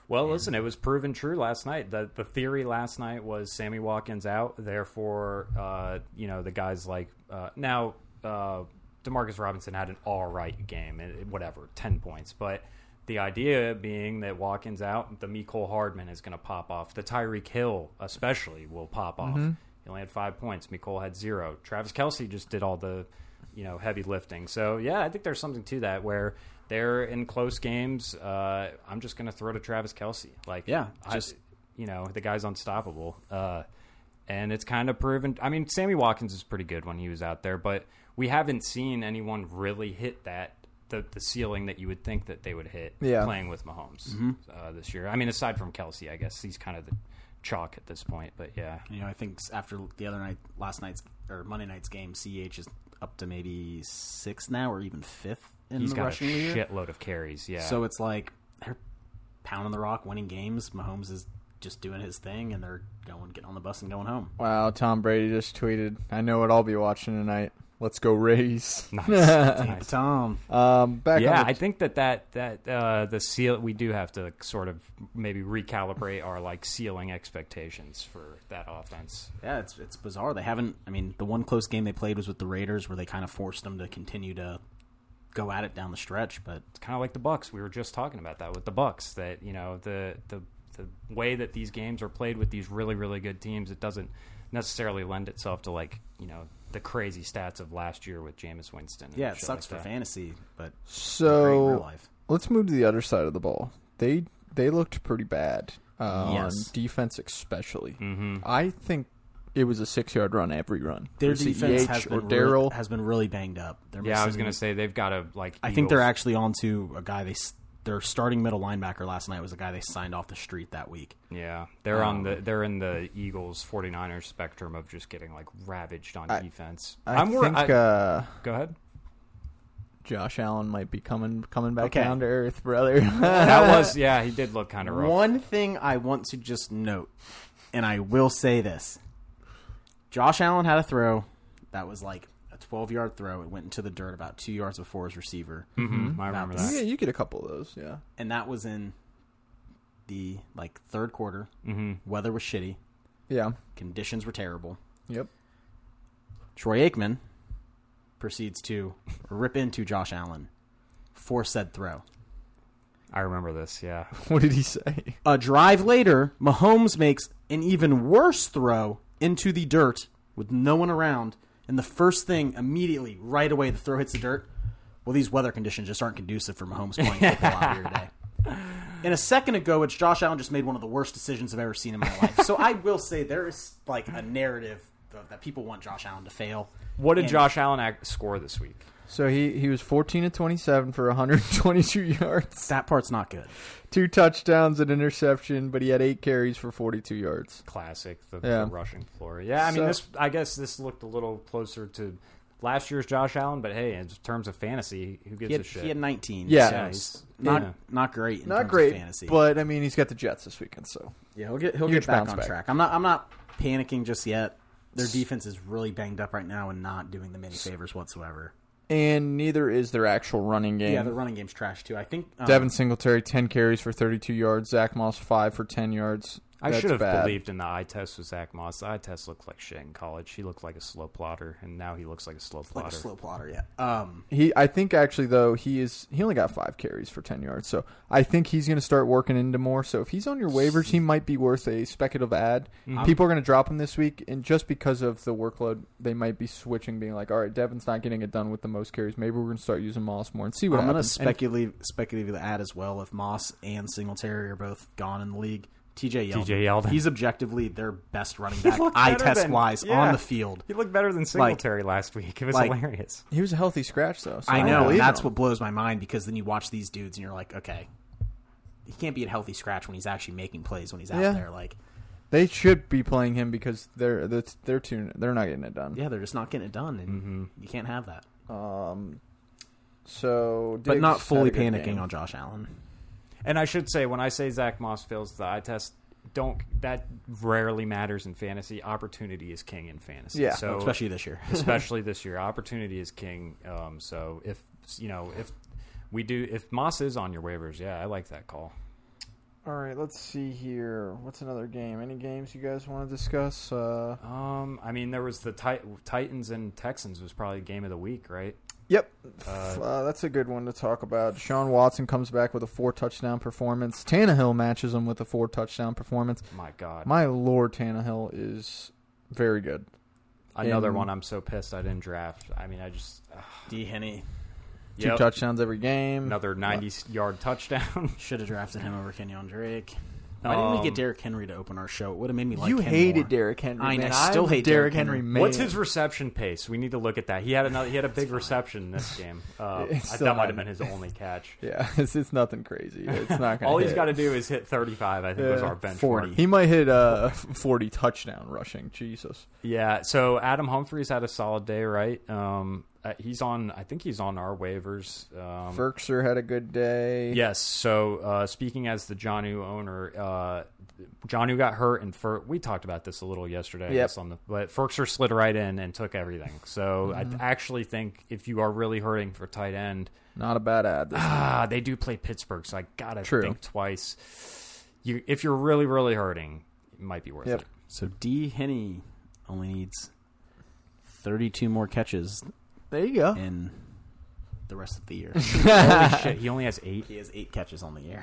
Speaker 4: Well, listen, it was proven true last night. The, the theory last night was Sammy Watkins out, therefore, uh, you know, the guys like uh, now uh, Demarcus Robinson had an all right game, it- it- whatever, ten points, but. The idea being that Watkins out, the Mecole Hardman is going to pop off. The Tyreek Hill, especially, will pop off. He only had five points. Mecole had zero. Travis Kelsey just did all the you know heavy lifting. So yeah, I think there's something to that where they're in close games. Uh, I'm just gonna throw to Travis Kelsey. Like
Speaker 3: Yeah,
Speaker 4: I-
Speaker 3: just-
Speaker 4: you know the guy's unstoppable. Uh, and it's kind of proven. I mean, Sammy Watkins is pretty good when he was out there, but we haven't seen anyone really hit that the, the ceiling that you would think that they would hit
Speaker 2: Yeah.
Speaker 4: playing with Mahomes
Speaker 3: Mm-hmm.
Speaker 4: uh, this year. I mean, aside from Kelsey, I guess he's kind of the chalk at this point. But yeah,
Speaker 3: you know i think s- after the other night last night's or monday night's game ch is up to maybe sixth now or even fifth in
Speaker 4: he's
Speaker 3: the
Speaker 4: got a
Speaker 3: rushing leader
Speaker 4: shitload of carries. Yeah,
Speaker 3: so it's like they're pounding the rock winning games mahomes is just doing his thing and they're going getting on the bus and going home
Speaker 2: Wow, Tom Brady just tweeted, "I know what I'll be watching tonight. Let's go Rays."
Speaker 4: nice.
Speaker 3: Take
Speaker 4: nice.
Speaker 3: the tom
Speaker 2: Um, back
Speaker 4: yeah,
Speaker 2: on the-
Speaker 4: I think that that that uh, the seal we do have to sort of maybe recalibrate our like ceiling expectations for that offense.
Speaker 3: Yeah, it's it's bizarre. They haven't. I mean, the one close game they played was with the Raiders, where they kind of forced them to continue to go at it down the stretch. But
Speaker 4: It's kind of like the Bucks. We were just talking about that with the Bucks. That you know the the the way that these games are played with these really really good teams, it doesn't necessarily lend itself to like you know the crazy stats of last year with Jameis Winston. and
Speaker 3: yeah, it
Speaker 4: shit
Speaker 3: sucks
Speaker 4: like
Speaker 3: for
Speaker 4: that.
Speaker 3: fantasy, but great in real
Speaker 2: so
Speaker 3: life.
Speaker 2: let's move to the other side of the ball. They they looked pretty bad uh,
Speaker 3: Yes. Mm-hmm.
Speaker 2: on defense, especially. I think it was a six yard run every run.
Speaker 3: Their
Speaker 4: E
Speaker 2: It was
Speaker 3: defense
Speaker 2: EH
Speaker 3: has
Speaker 2: or
Speaker 3: been really,
Speaker 2: Daryl.
Speaker 3: has been really banged up. They're
Speaker 4: Yeah, I was
Speaker 3: missing-
Speaker 4: gonna say they've got to like.
Speaker 3: I think they're
Speaker 4: Eagles.
Speaker 3: actually onto a guy. They s- their starting middle linebacker last night was a guy they signed off the street that week.
Speaker 4: Yeah, they're on the they're in the Eagles 49ers spectrum of just getting like ravaged on
Speaker 2: I-
Speaker 4: defense.
Speaker 2: I
Speaker 4: am
Speaker 2: think uh,
Speaker 4: go ahead.
Speaker 2: Josh Allen might be coming coming back
Speaker 3: Okay.
Speaker 2: down to earth, brother.
Speaker 4: That was yeah, he did look kind of rough.
Speaker 3: One thing I want to just note, and I will say this: Josh Allen had a throw that was like a 12-yard throw. It went into the dirt about two yards before his receiver,
Speaker 4: Mhm, I remember
Speaker 3: About
Speaker 2: yeah,
Speaker 4: that.
Speaker 2: you get a couple of those. Yeah,
Speaker 3: and that was in the like third quarter.
Speaker 4: hmm
Speaker 3: Weather was shitty.
Speaker 2: yeah,
Speaker 3: Conditions were terrible.
Speaker 2: yep.
Speaker 3: Troy Aikman proceeds to rip into Josh Allen for said throw.
Speaker 4: I remember this. Yeah,
Speaker 2: What did he say?
Speaker 3: A drive later, Mahomes makes an even worse throw into the dirt with no one around. And the first thing immediately, right away, the throw hits the dirt. Well, these weather conditions just aren't conducive for Mahomes playing football out here today. And a second ago, which Josh Allen just made one of the worst decisions I've ever seen in my life. So I will say there is like a narrative of- that people want Josh Allen to fail.
Speaker 4: what did
Speaker 3: And-
Speaker 4: Josh Allen ac- score this week?
Speaker 2: So he, he was 14 to 27 for 122 yards,
Speaker 3: That part's not good.
Speaker 2: two touchdowns, an interception, but he had eight carries for 42 yards.
Speaker 4: Classic, the,
Speaker 2: Yeah.
Speaker 4: the rushing floor. Yeah, I mean
Speaker 2: So-
Speaker 4: this. I guess this looked a little closer to last year's Josh Allen, but hey, in terms of fantasy, who gives
Speaker 3: He had,
Speaker 4: a shit?
Speaker 3: he had 19.
Speaker 2: Yeah.
Speaker 3: so
Speaker 2: Yeah,
Speaker 3: he's
Speaker 4: he's-
Speaker 3: not
Speaker 4: yeah.
Speaker 3: not great. In terms
Speaker 2: Not
Speaker 3: of
Speaker 2: great,
Speaker 3: fantasy.
Speaker 2: but I mean he's got the Jets this weekend, so
Speaker 3: Yeah, he'll get he'll
Speaker 2: Huge
Speaker 3: get back
Speaker 2: bounce
Speaker 3: on
Speaker 2: back.
Speaker 3: track. I'm not I'm not panicking just yet. Their defense is really banged up right now and not doing them any favors whatsoever.
Speaker 2: and neither is their actual running game.
Speaker 3: Yeah, their running game's trash too. I think
Speaker 4: uh,
Speaker 3: um,
Speaker 2: Devin Singletary 10 carries for 32 yards, Zach Moss 5 for 10 yards.
Speaker 4: I
Speaker 2: That's
Speaker 4: should have
Speaker 2: bad.
Speaker 4: believed in the eye test with Zach Moss. The eye test looked like shit in college. He looked like a slow plotter, and now he looks like a slow
Speaker 3: like
Speaker 4: plotter.
Speaker 3: a slow plotter. Yeah. Um,
Speaker 2: He I think actually though he is he only got 5 carries for 10 yards. So I think he's going to start working into more. So if he's on your waivers, he might be worth a speculative ad.
Speaker 4: Mm-hmm.
Speaker 2: People are going to drop him this week and just because of the workload, they might be switching being like, "All right, Devin's not getting it done with the most carries. Maybe we're going to start using Moss more and see what
Speaker 3: I'm going to
Speaker 2: happens." And
Speaker 3: speculatively speculatively add as well if Moss and Singletary are both gone in the league. TJ Yeldon.
Speaker 4: T.J. Yeldon.
Speaker 3: He's objectively their best running back,
Speaker 4: looked
Speaker 3: eye
Speaker 4: better
Speaker 3: test
Speaker 4: than-
Speaker 3: wise,
Speaker 4: yeah.
Speaker 3: on the field.
Speaker 4: He looked better than Singletary last week. It was
Speaker 3: like-
Speaker 4: hilarious.
Speaker 2: He was a healthy scratch though. So
Speaker 3: I
Speaker 2: don't
Speaker 3: know,
Speaker 2: believe
Speaker 3: and that's
Speaker 2: him.
Speaker 3: what blows my mind because then you watch these dudes and you're like, okay, he can't be a healthy scratch when he's actually making plays when he's out
Speaker 2: Yeah.
Speaker 3: there. Like,
Speaker 2: they should be playing him because they're they're, they're too they're not getting it done.
Speaker 3: yeah, they're just not getting it done, and
Speaker 4: Mm-hmm.
Speaker 3: you can't have that.
Speaker 2: Um, so
Speaker 3: But
Speaker 2: Diggs
Speaker 3: not fully
Speaker 2: had a good
Speaker 3: panicking
Speaker 2: game.
Speaker 3: on Josh Allen.
Speaker 4: And I should say, when I say Zach Moss fails the eye test, don't that rarely matters in fantasy. Opportunity is king in fantasy.
Speaker 2: Yeah.
Speaker 4: so
Speaker 3: especially this year.
Speaker 4: especially this year, opportunity is king. Um, so if you know if we do if Moss is on your waivers, yeah, I like that call.
Speaker 2: All right, let's see here. What's another game? Any games you guys want to discuss? Uh,
Speaker 4: Um, I mean, there was the tit- Titans and Texans was probably game of the week, right?
Speaker 2: yep, F- uh, that's a good one to talk about. Sean Watson comes back with a four touchdown performance. Tannehill matches him with a four touchdown performance.
Speaker 4: My God,
Speaker 2: My lord, Tannehill is very good.
Speaker 4: another
Speaker 2: in-
Speaker 4: one. I'm so pissed I didn't draft. I mean, I just ugh.
Speaker 3: D Henny
Speaker 2: Two
Speaker 4: Yep.
Speaker 2: touchdowns every game.
Speaker 4: another 90 yard touchdown.
Speaker 3: should have drafted him over Kenyon Drake. Why didn't
Speaker 4: Um,
Speaker 3: we get Derrick Henry to open our show? It would have made me like
Speaker 2: you
Speaker 3: him
Speaker 2: hated
Speaker 3: more.
Speaker 2: Derrick Henry.
Speaker 3: I
Speaker 2: man.
Speaker 3: still
Speaker 2: I'm
Speaker 3: hate
Speaker 2: Derrick
Speaker 3: Derrick
Speaker 2: Henry.
Speaker 3: Henry.
Speaker 2: man.
Speaker 4: What's his reception pace? We need to look at that. He had another. He had a big reception this game. Uh, I,
Speaker 2: It's still
Speaker 4: that might have
Speaker 2: not-
Speaker 4: been his only catch.
Speaker 2: Yeah, it's, it's nothing crazy. It's not. Gonna
Speaker 4: All
Speaker 2: hit.
Speaker 4: he's got to do is hit 35. I think was
Speaker 2: Yeah.
Speaker 4: our benchmark.
Speaker 3: 40.
Speaker 2: Uh, He might hit a forty touchdown rushing. Jesus.
Speaker 4: Yeah. So Adam Humphries had a solid day, right? Um, uh, he's on. I think he's on our waivers. Um,
Speaker 2: Ferkser had a good day.
Speaker 4: Yes. So uh, speaking as the Johnu owner, uh, Johnu got hurt, and Fer- we talked about this a little yesterday. I
Speaker 2: Yep.
Speaker 4: guess, on the but Ferkser slid right in and took everything. So
Speaker 2: Mm-hmm.
Speaker 4: I actually think if you are really hurting for tight end,
Speaker 2: Not a bad ad. This
Speaker 4: ah, they do play Pittsburgh, so I gotta
Speaker 2: True.
Speaker 4: think twice. You, if you're really, really hurting, it might be worth
Speaker 2: Yep.
Speaker 4: it.
Speaker 3: So D Henny only needs thirty-two more catches
Speaker 2: There you go.
Speaker 3: in the rest of the year.
Speaker 4: Holy shit, he only has eight.
Speaker 3: he has eight catches on the year.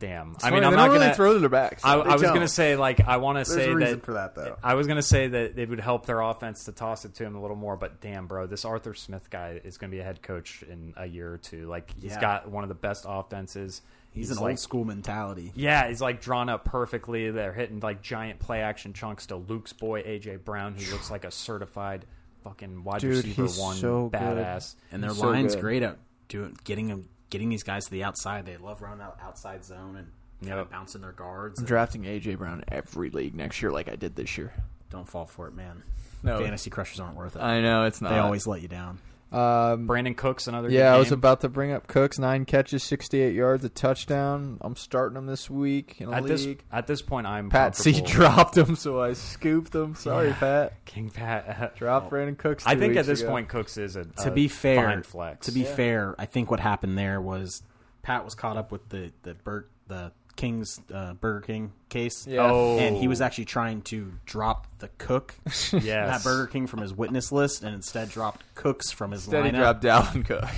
Speaker 4: Damn. I mean, I'm
Speaker 2: they don't
Speaker 4: not gonna
Speaker 2: really throw to their backs.
Speaker 4: I,
Speaker 2: They
Speaker 4: I was
Speaker 2: don't.
Speaker 4: gonna say like I want to
Speaker 2: There's
Speaker 4: say
Speaker 2: a reason
Speaker 4: that
Speaker 2: for that though.
Speaker 4: I was gonna say that it would help their offense to toss it to him a little more, but damn, bro, this Arthur Smith guy is gonna be a head coach in a year or two. Like he's
Speaker 3: Yeah.
Speaker 4: got one of the best offenses.
Speaker 3: He's, an
Speaker 4: like,
Speaker 3: old school mentality.
Speaker 4: yeah, he's like drawn up perfectly. They're hitting like giant play action chunks to Luke's boy AJ Brown, who looks like a certified fucking wide
Speaker 2: Dude,
Speaker 4: receiver
Speaker 2: he's
Speaker 4: one
Speaker 2: so good.
Speaker 4: badass.
Speaker 3: and their
Speaker 2: He's so
Speaker 3: line's
Speaker 2: good.
Speaker 3: great at doing getting them getting these guys to the outside. They love running out outside zone and kind
Speaker 4: Yep.
Speaker 3: of bouncing their guards. and
Speaker 2: drafting AJ Brown every league next year, like I did this year.
Speaker 3: don't fall for it, man.
Speaker 2: No.
Speaker 3: fantasy crushers aren't worth it.
Speaker 2: I know it's not.
Speaker 3: they always let you down.
Speaker 2: Um,
Speaker 4: Brandon Cooks another
Speaker 2: yeah,
Speaker 4: good
Speaker 2: I was
Speaker 4: game.
Speaker 2: about to bring up Cooks nine catches, sixty-eight yards, a touchdown. I'm starting him this week in a
Speaker 4: at this
Speaker 2: league.
Speaker 4: at this point I'm
Speaker 2: Pat C
Speaker 4: comfortable.
Speaker 2: dropped him, so I scooped him. Sorry,
Speaker 4: Yeah.
Speaker 2: Pat.
Speaker 4: King Pat Oh.
Speaker 2: Dropped Brandon Cooks.
Speaker 4: I
Speaker 2: two
Speaker 4: think at
Speaker 2: weeks
Speaker 4: this
Speaker 2: ago.
Speaker 4: point, Cooks is a
Speaker 3: to
Speaker 4: a
Speaker 3: be fair,
Speaker 4: fine flex.
Speaker 3: to be fair, I think what happened there was Pat was caught up with the the Bur- the King's uh, Burger King case.
Speaker 2: Yeah.
Speaker 4: Oh.
Speaker 3: And he was actually trying to drop the cook,
Speaker 4: yes.
Speaker 3: that Burger King from his witness list, and instead dropped Cooks from his
Speaker 2: Instead, he
Speaker 3: lineup.
Speaker 2: dropped Dalvin Cook.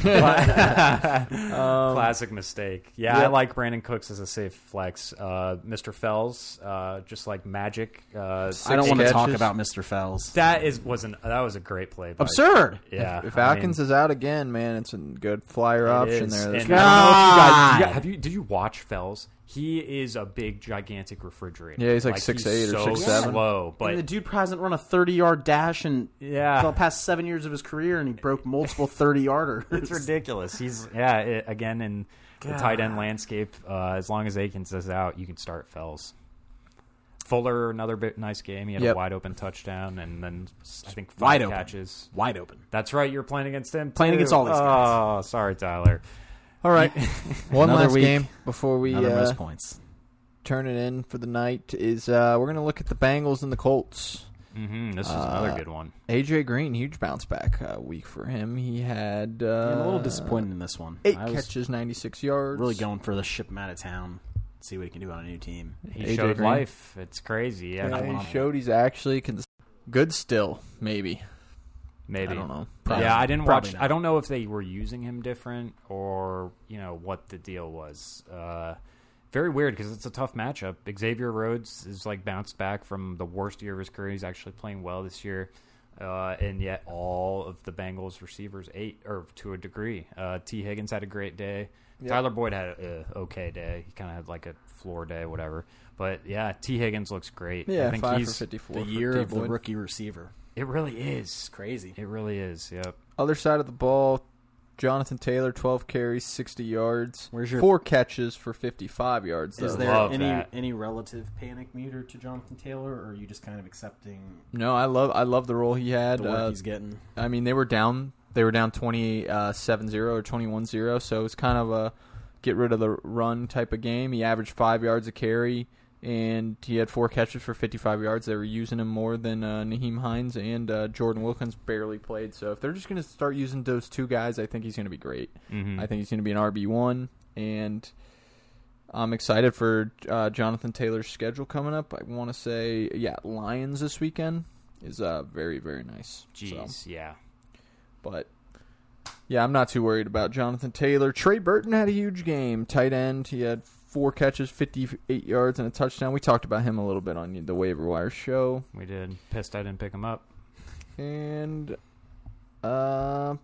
Speaker 4: Classic mistake. Yeah, I
Speaker 2: Um, Yep.
Speaker 4: like Brandon Cooks as a safe flex. Uh, Mr. Fells, uh, just like magic. Uh,
Speaker 3: I don't
Speaker 2: Six
Speaker 3: want to talk
Speaker 2: catches.
Speaker 3: about Mr. Fells.
Speaker 4: that is was an that was a great play. By,
Speaker 3: Absurd.
Speaker 4: Yeah,
Speaker 2: If Falcons is out again, man, it's a good flyer
Speaker 4: I mean, it
Speaker 2: option
Speaker 4: is.
Speaker 2: there. That's
Speaker 4: And I don't know if you guys-
Speaker 3: God.
Speaker 4: have you did you watch Fells? He is a big gigantic refrigerator.
Speaker 2: Yeah, he's like 6'8" or
Speaker 4: so
Speaker 2: 6'7".
Speaker 4: Slow, but
Speaker 3: and the dude hasn't run a 30 yard dash in
Speaker 4: Yeah.
Speaker 3: the past seven years of his career, and he broke multiple 30 yarders.
Speaker 4: It's ridiculous. He's yeah. It, again, in the tight end landscape, uh, as long as Akins is out, you can start Fells. Fuller, another bit nice game. He had
Speaker 2: Yep.
Speaker 4: a wide open touchdown, and then s- I think five
Speaker 3: Wide open.
Speaker 4: catches.
Speaker 3: Wide open.
Speaker 4: That's right. You're playing against him.
Speaker 3: Playing
Speaker 4: too.
Speaker 3: against all these guys.
Speaker 4: Oh, sorry, Tyler.
Speaker 2: All right, one
Speaker 3: Another
Speaker 2: last
Speaker 3: week,
Speaker 2: game before we
Speaker 3: Another
Speaker 2: uh,
Speaker 3: most points.
Speaker 2: turn it in for the night is uh, we're gonna look at the Bengals and the Colts.
Speaker 4: hmm this is
Speaker 2: Uh,
Speaker 4: another good one.
Speaker 2: AJ Green, huge bounce back uh, week for him. He had uh,
Speaker 3: Yeah, I'm a little disappointed in this one.
Speaker 2: Eight
Speaker 3: I was
Speaker 2: catches, ninety six yards.
Speaker 3: really going for the ship him out of town. See what he can do on a new team.
Speaker 4: He
Speaker 2: AJ
Speaker 4: showed
Speaker 2: Green.
Speaker 4: life. It's crazy. Yeah,
Speaker 2: Yeah,
Speaker 3: I'm
Speaker 2: he
Speaker 3: on it.
Speaker 2: showed he's actually cons- good still. Maybe
Speaker 4: maybe.
Speaker 2: I don't know.
Speaker 3: Probably.
Speaker 4: Yeah, I didn't
Speaker 3: Probably
Speaker 4: watch.
Speaker 3: not.
Speaker 4: I don't know if they were using him different or you know what the deal was. Uh, very weird because it's a tough matchup. Xavier Rhodes is like bounced back from the worst year of his career. He's actually playing well this year. Uh, and yet, all of the Bengals receivers ate, or to a degree. Uh, T. Higgins had a great day. Tyler Boyd had a uh, okay day. He kind of had like a floor day, whatever. But yeah, T. Higgins looks great.
Speaker 2: Yeah,
Speaker 4: I think
Speaker 2: five
Speaker 4: he's.
Speaker 2: for fifty-four.
Speaker 3: The
Speaker 2: for
Speaker 3: year of the
Speaker 2: Devoid.
Speaker 3: rookie receiver.
Speaker 4: It really is.
Speaker 3: It's crazy.
Speaker 4: It really is. Yep.
Speaker 2: Other side of the ball, Jonathan Taylor, twelve carries, sixty yards.
Speaker 3: Where's your-
Speaker 2: four catches for fifty-five yards? Though.
Speaker 3: Is there
Speaker 4: Love
Speaker 3: any
Speaker 4: that.
Speaker 3: any relative panic meter to Jonathan Taylor, or are you just kind of accepting
Speaker 2: No, I love I love the role he had.
Speaker 3: the work
Speaker 2: uh,
Speaker 3: he's getting?
Speaker 2: I mean, they were down. They were down 27-0 or 21-0, so it's kind of a get rid of the run type of game. He averaged five yards a carry, and he had four catches for 55 yards. They were using him more than uh, Naheem Hines and uh, Jordan Wilkins barely played. So if they're just going to start using those two guys, I think he's going to be great.
Speaker 4: Mm-hmm.
Speaker 2: I think he's going to be an RB1, and I'm excited for uh, Jonathan Taylor's schedule coming up. I want to say, yeah, Lions this weekend is uh, very, very nice. So-
Speaker 4: Jeez. Yeah.
Speaker 2: but yeah, I'm not too worried about Jonathan Taylor. Trey Burton had a huge game, tight end. He had four catches, 58 yards, and a touchdown. We talked about him a little bit on the waiver wire show,
Speaker 4: We did. Pissed I didn't pick him up.
Speaker 2: and uh,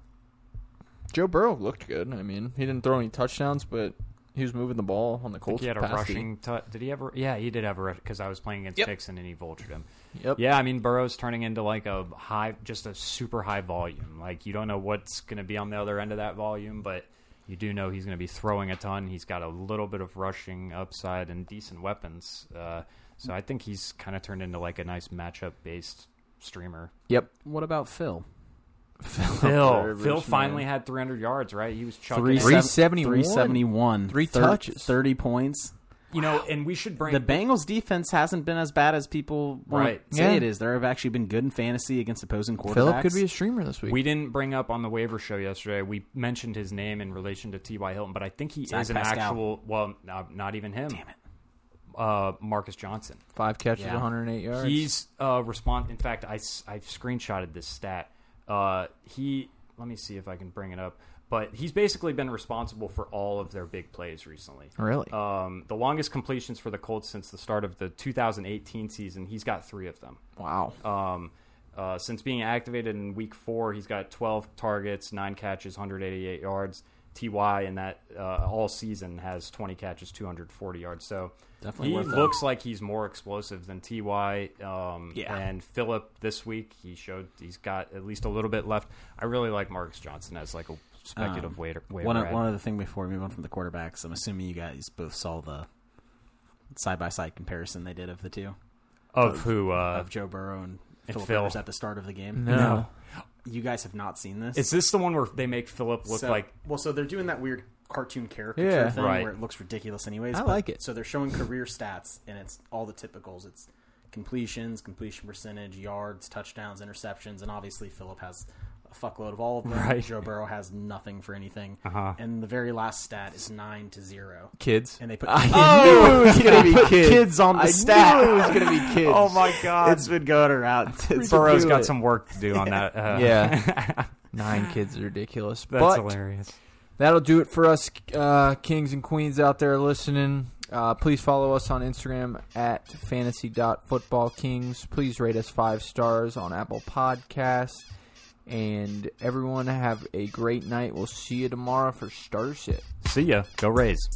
Speaker 2: Joe Burrow looked good. I mean, he didn't throw any touchdowns, but he was moving the ball on the
Speaker 4: I think
Speaker 2: Colts.
Speaker 4: he had a
Speaker 2: capacity.
Speaker 4: rushing. tou did he ever? Yeah, he did have a rush because I was playing against
Speaker 2: Yep.
Speaker 4: Dixon and he vultured him.
Speaker 2: Yep.
Speaker 4: Yeah, I mean Burrow's turning into like a high, just a super high volume. Like you don't know what's going to be on the other end of that volume, but you do know he's going to be throwing a ton. He's got a little bit of rushing upside and decent weapons. Uh, so I think he's kind of turned into like a nice matchup based streamer.
Speaker 2: Yep.
Speaker 3: What about Phil?
Speaker 4: Phil,
Speaker 2: Rivers,
Speaker 4: Phil
Speaker 2: man.
Speaker 4: finally had 300 yards, right? He was chucking. it.
Speaker 2: 371.
Speaker 3: 371.
Speaker 2: Three
Speaker 3: Thir-
Speaker 2: touches.
Speaker 3: 30 points.
Speaker 4: you know, and we should bring
Speaker 3: The Bengals defense hasn't been as bad as people want
Speaker 4: Right.
Speaker 3: to say
Speaker 2: Yeah.
Speaker 3: it is. They have actually been good in fantasy against opposing quarterbacks.
Speaker 2: Philip could be a streamer this week.
Speaker 4: We didn't bring up on the waiver show yesterday. We mentioned his name in relation to T.Y. Hilton, but I think he
Speaker 3: Zach
Speaker 4: is an
Speaker 3: Pascal.
Speaker 4: actual. Well, no, not even him.
Speaker 3: Damn it.
Speaker 4: Uh, Marcus Johnson.
Speaker 2: Five catches,
Speaker 3: Yeah.
Speaker 2: 108 yards.
Speaker 4: He's uh, respond. In fact, I have screenshotted this stat. Uh, he. Let me see if I can bring it up. But he's basically been responsible for all of their big plays recently.
Speaker 2: really.
Speaker 4: Um, the longest completions for the Colts since the start of the 2018 season. He's got three of them.
Speaker 2: wow.
Speaker 4: Um, uh, since being activated in week four, he's got 12 targets, nine catches, 188 yards. Ty in that uh, all season has 20 catches, 240 yards. So
Speaker 3: Definitely
Speaker 4: he
Speaker 3: worth it.
Speaker 4: looks like he's more explosive than Ty. Um,
Speaker 3: Yeah.
Speaker 4: And Philip this week, he showed he's got at least a little bit left. I really like Marcus Johnson as like a speculative
Speaker 3: Um,
Speaker 4: waiter. waiver
Speaker 3: One,
Speaker 4: ad.
Speaker 3: one other thing before we move on from the quarterbacks, I'm assuming you guys both saw the side by side comparison they did of the two
Speaker 4: of who? Uh,
Speaker 3: of Joe Burrow and,
Speaker 4: and
Speaker 3: Philip
Speaker 4: Phil.
Speaker 3: Rivers at the start of the game.
Speaker 2: No. No.
Speaker 3: you guys have not seen this.
Speaker 4: is this the one where they make Philip look
Speaker 3: So-
Speaker 4: like
Speaker 3: well, so they're doing that weird cartoon caricature
Speaker 2: Yeah.
Speaker 3: thing
Speaker 4: Right.
Speaker 3: where it looks ridiculous, anyways.
Speaker 2: I
Speaker 3: but-
Speaker 2: like it.
Speaker 3: So they're showing career stats, and it's all the typicals. It's completions, completion percentage, yards, touchdowns, interceptions, and obviously Philip has a fuckload of all of them.
Speaker 4: Right.
Speaker 3: Joe Burrow has nothing for anything,
Speaker 4: Uh-huh.
Speaker 3: and the very last stat is nine to zero.
Speaker 2: Kids.
Speaker 3: And they put
Speaker 4: Oh!
Speaker 2: knew it was gonna be kids.
Speaker 3: on the
Speaker 2: I
Speaker 3: stat.
Speaker 2: knew it was gonna be kids.
Speaker 4: Oh my God!
Speaker 3: it's been going around. It's
Speaker 4: Burrow's
Speaker 2: do
Speaker 4: got
Speaker 2: it.
Speaker 4: some work to do on that. Uh,
Speaker 2: Yeah. Nine kids are ridiculous.
Speaker 4: that's
Speaker 2: but
Speaker 4: hilarious.
Speaker 2: that'll do it for us, uh, kings and queens out there listening. Uh, please follow us on Instagram at fantasy.footballkings. Please rate us five stars on Apple Podcasts. And everyone have a great night. We'll see you tomorrow for Starship.
Speaker 4: See ya. Go Rays.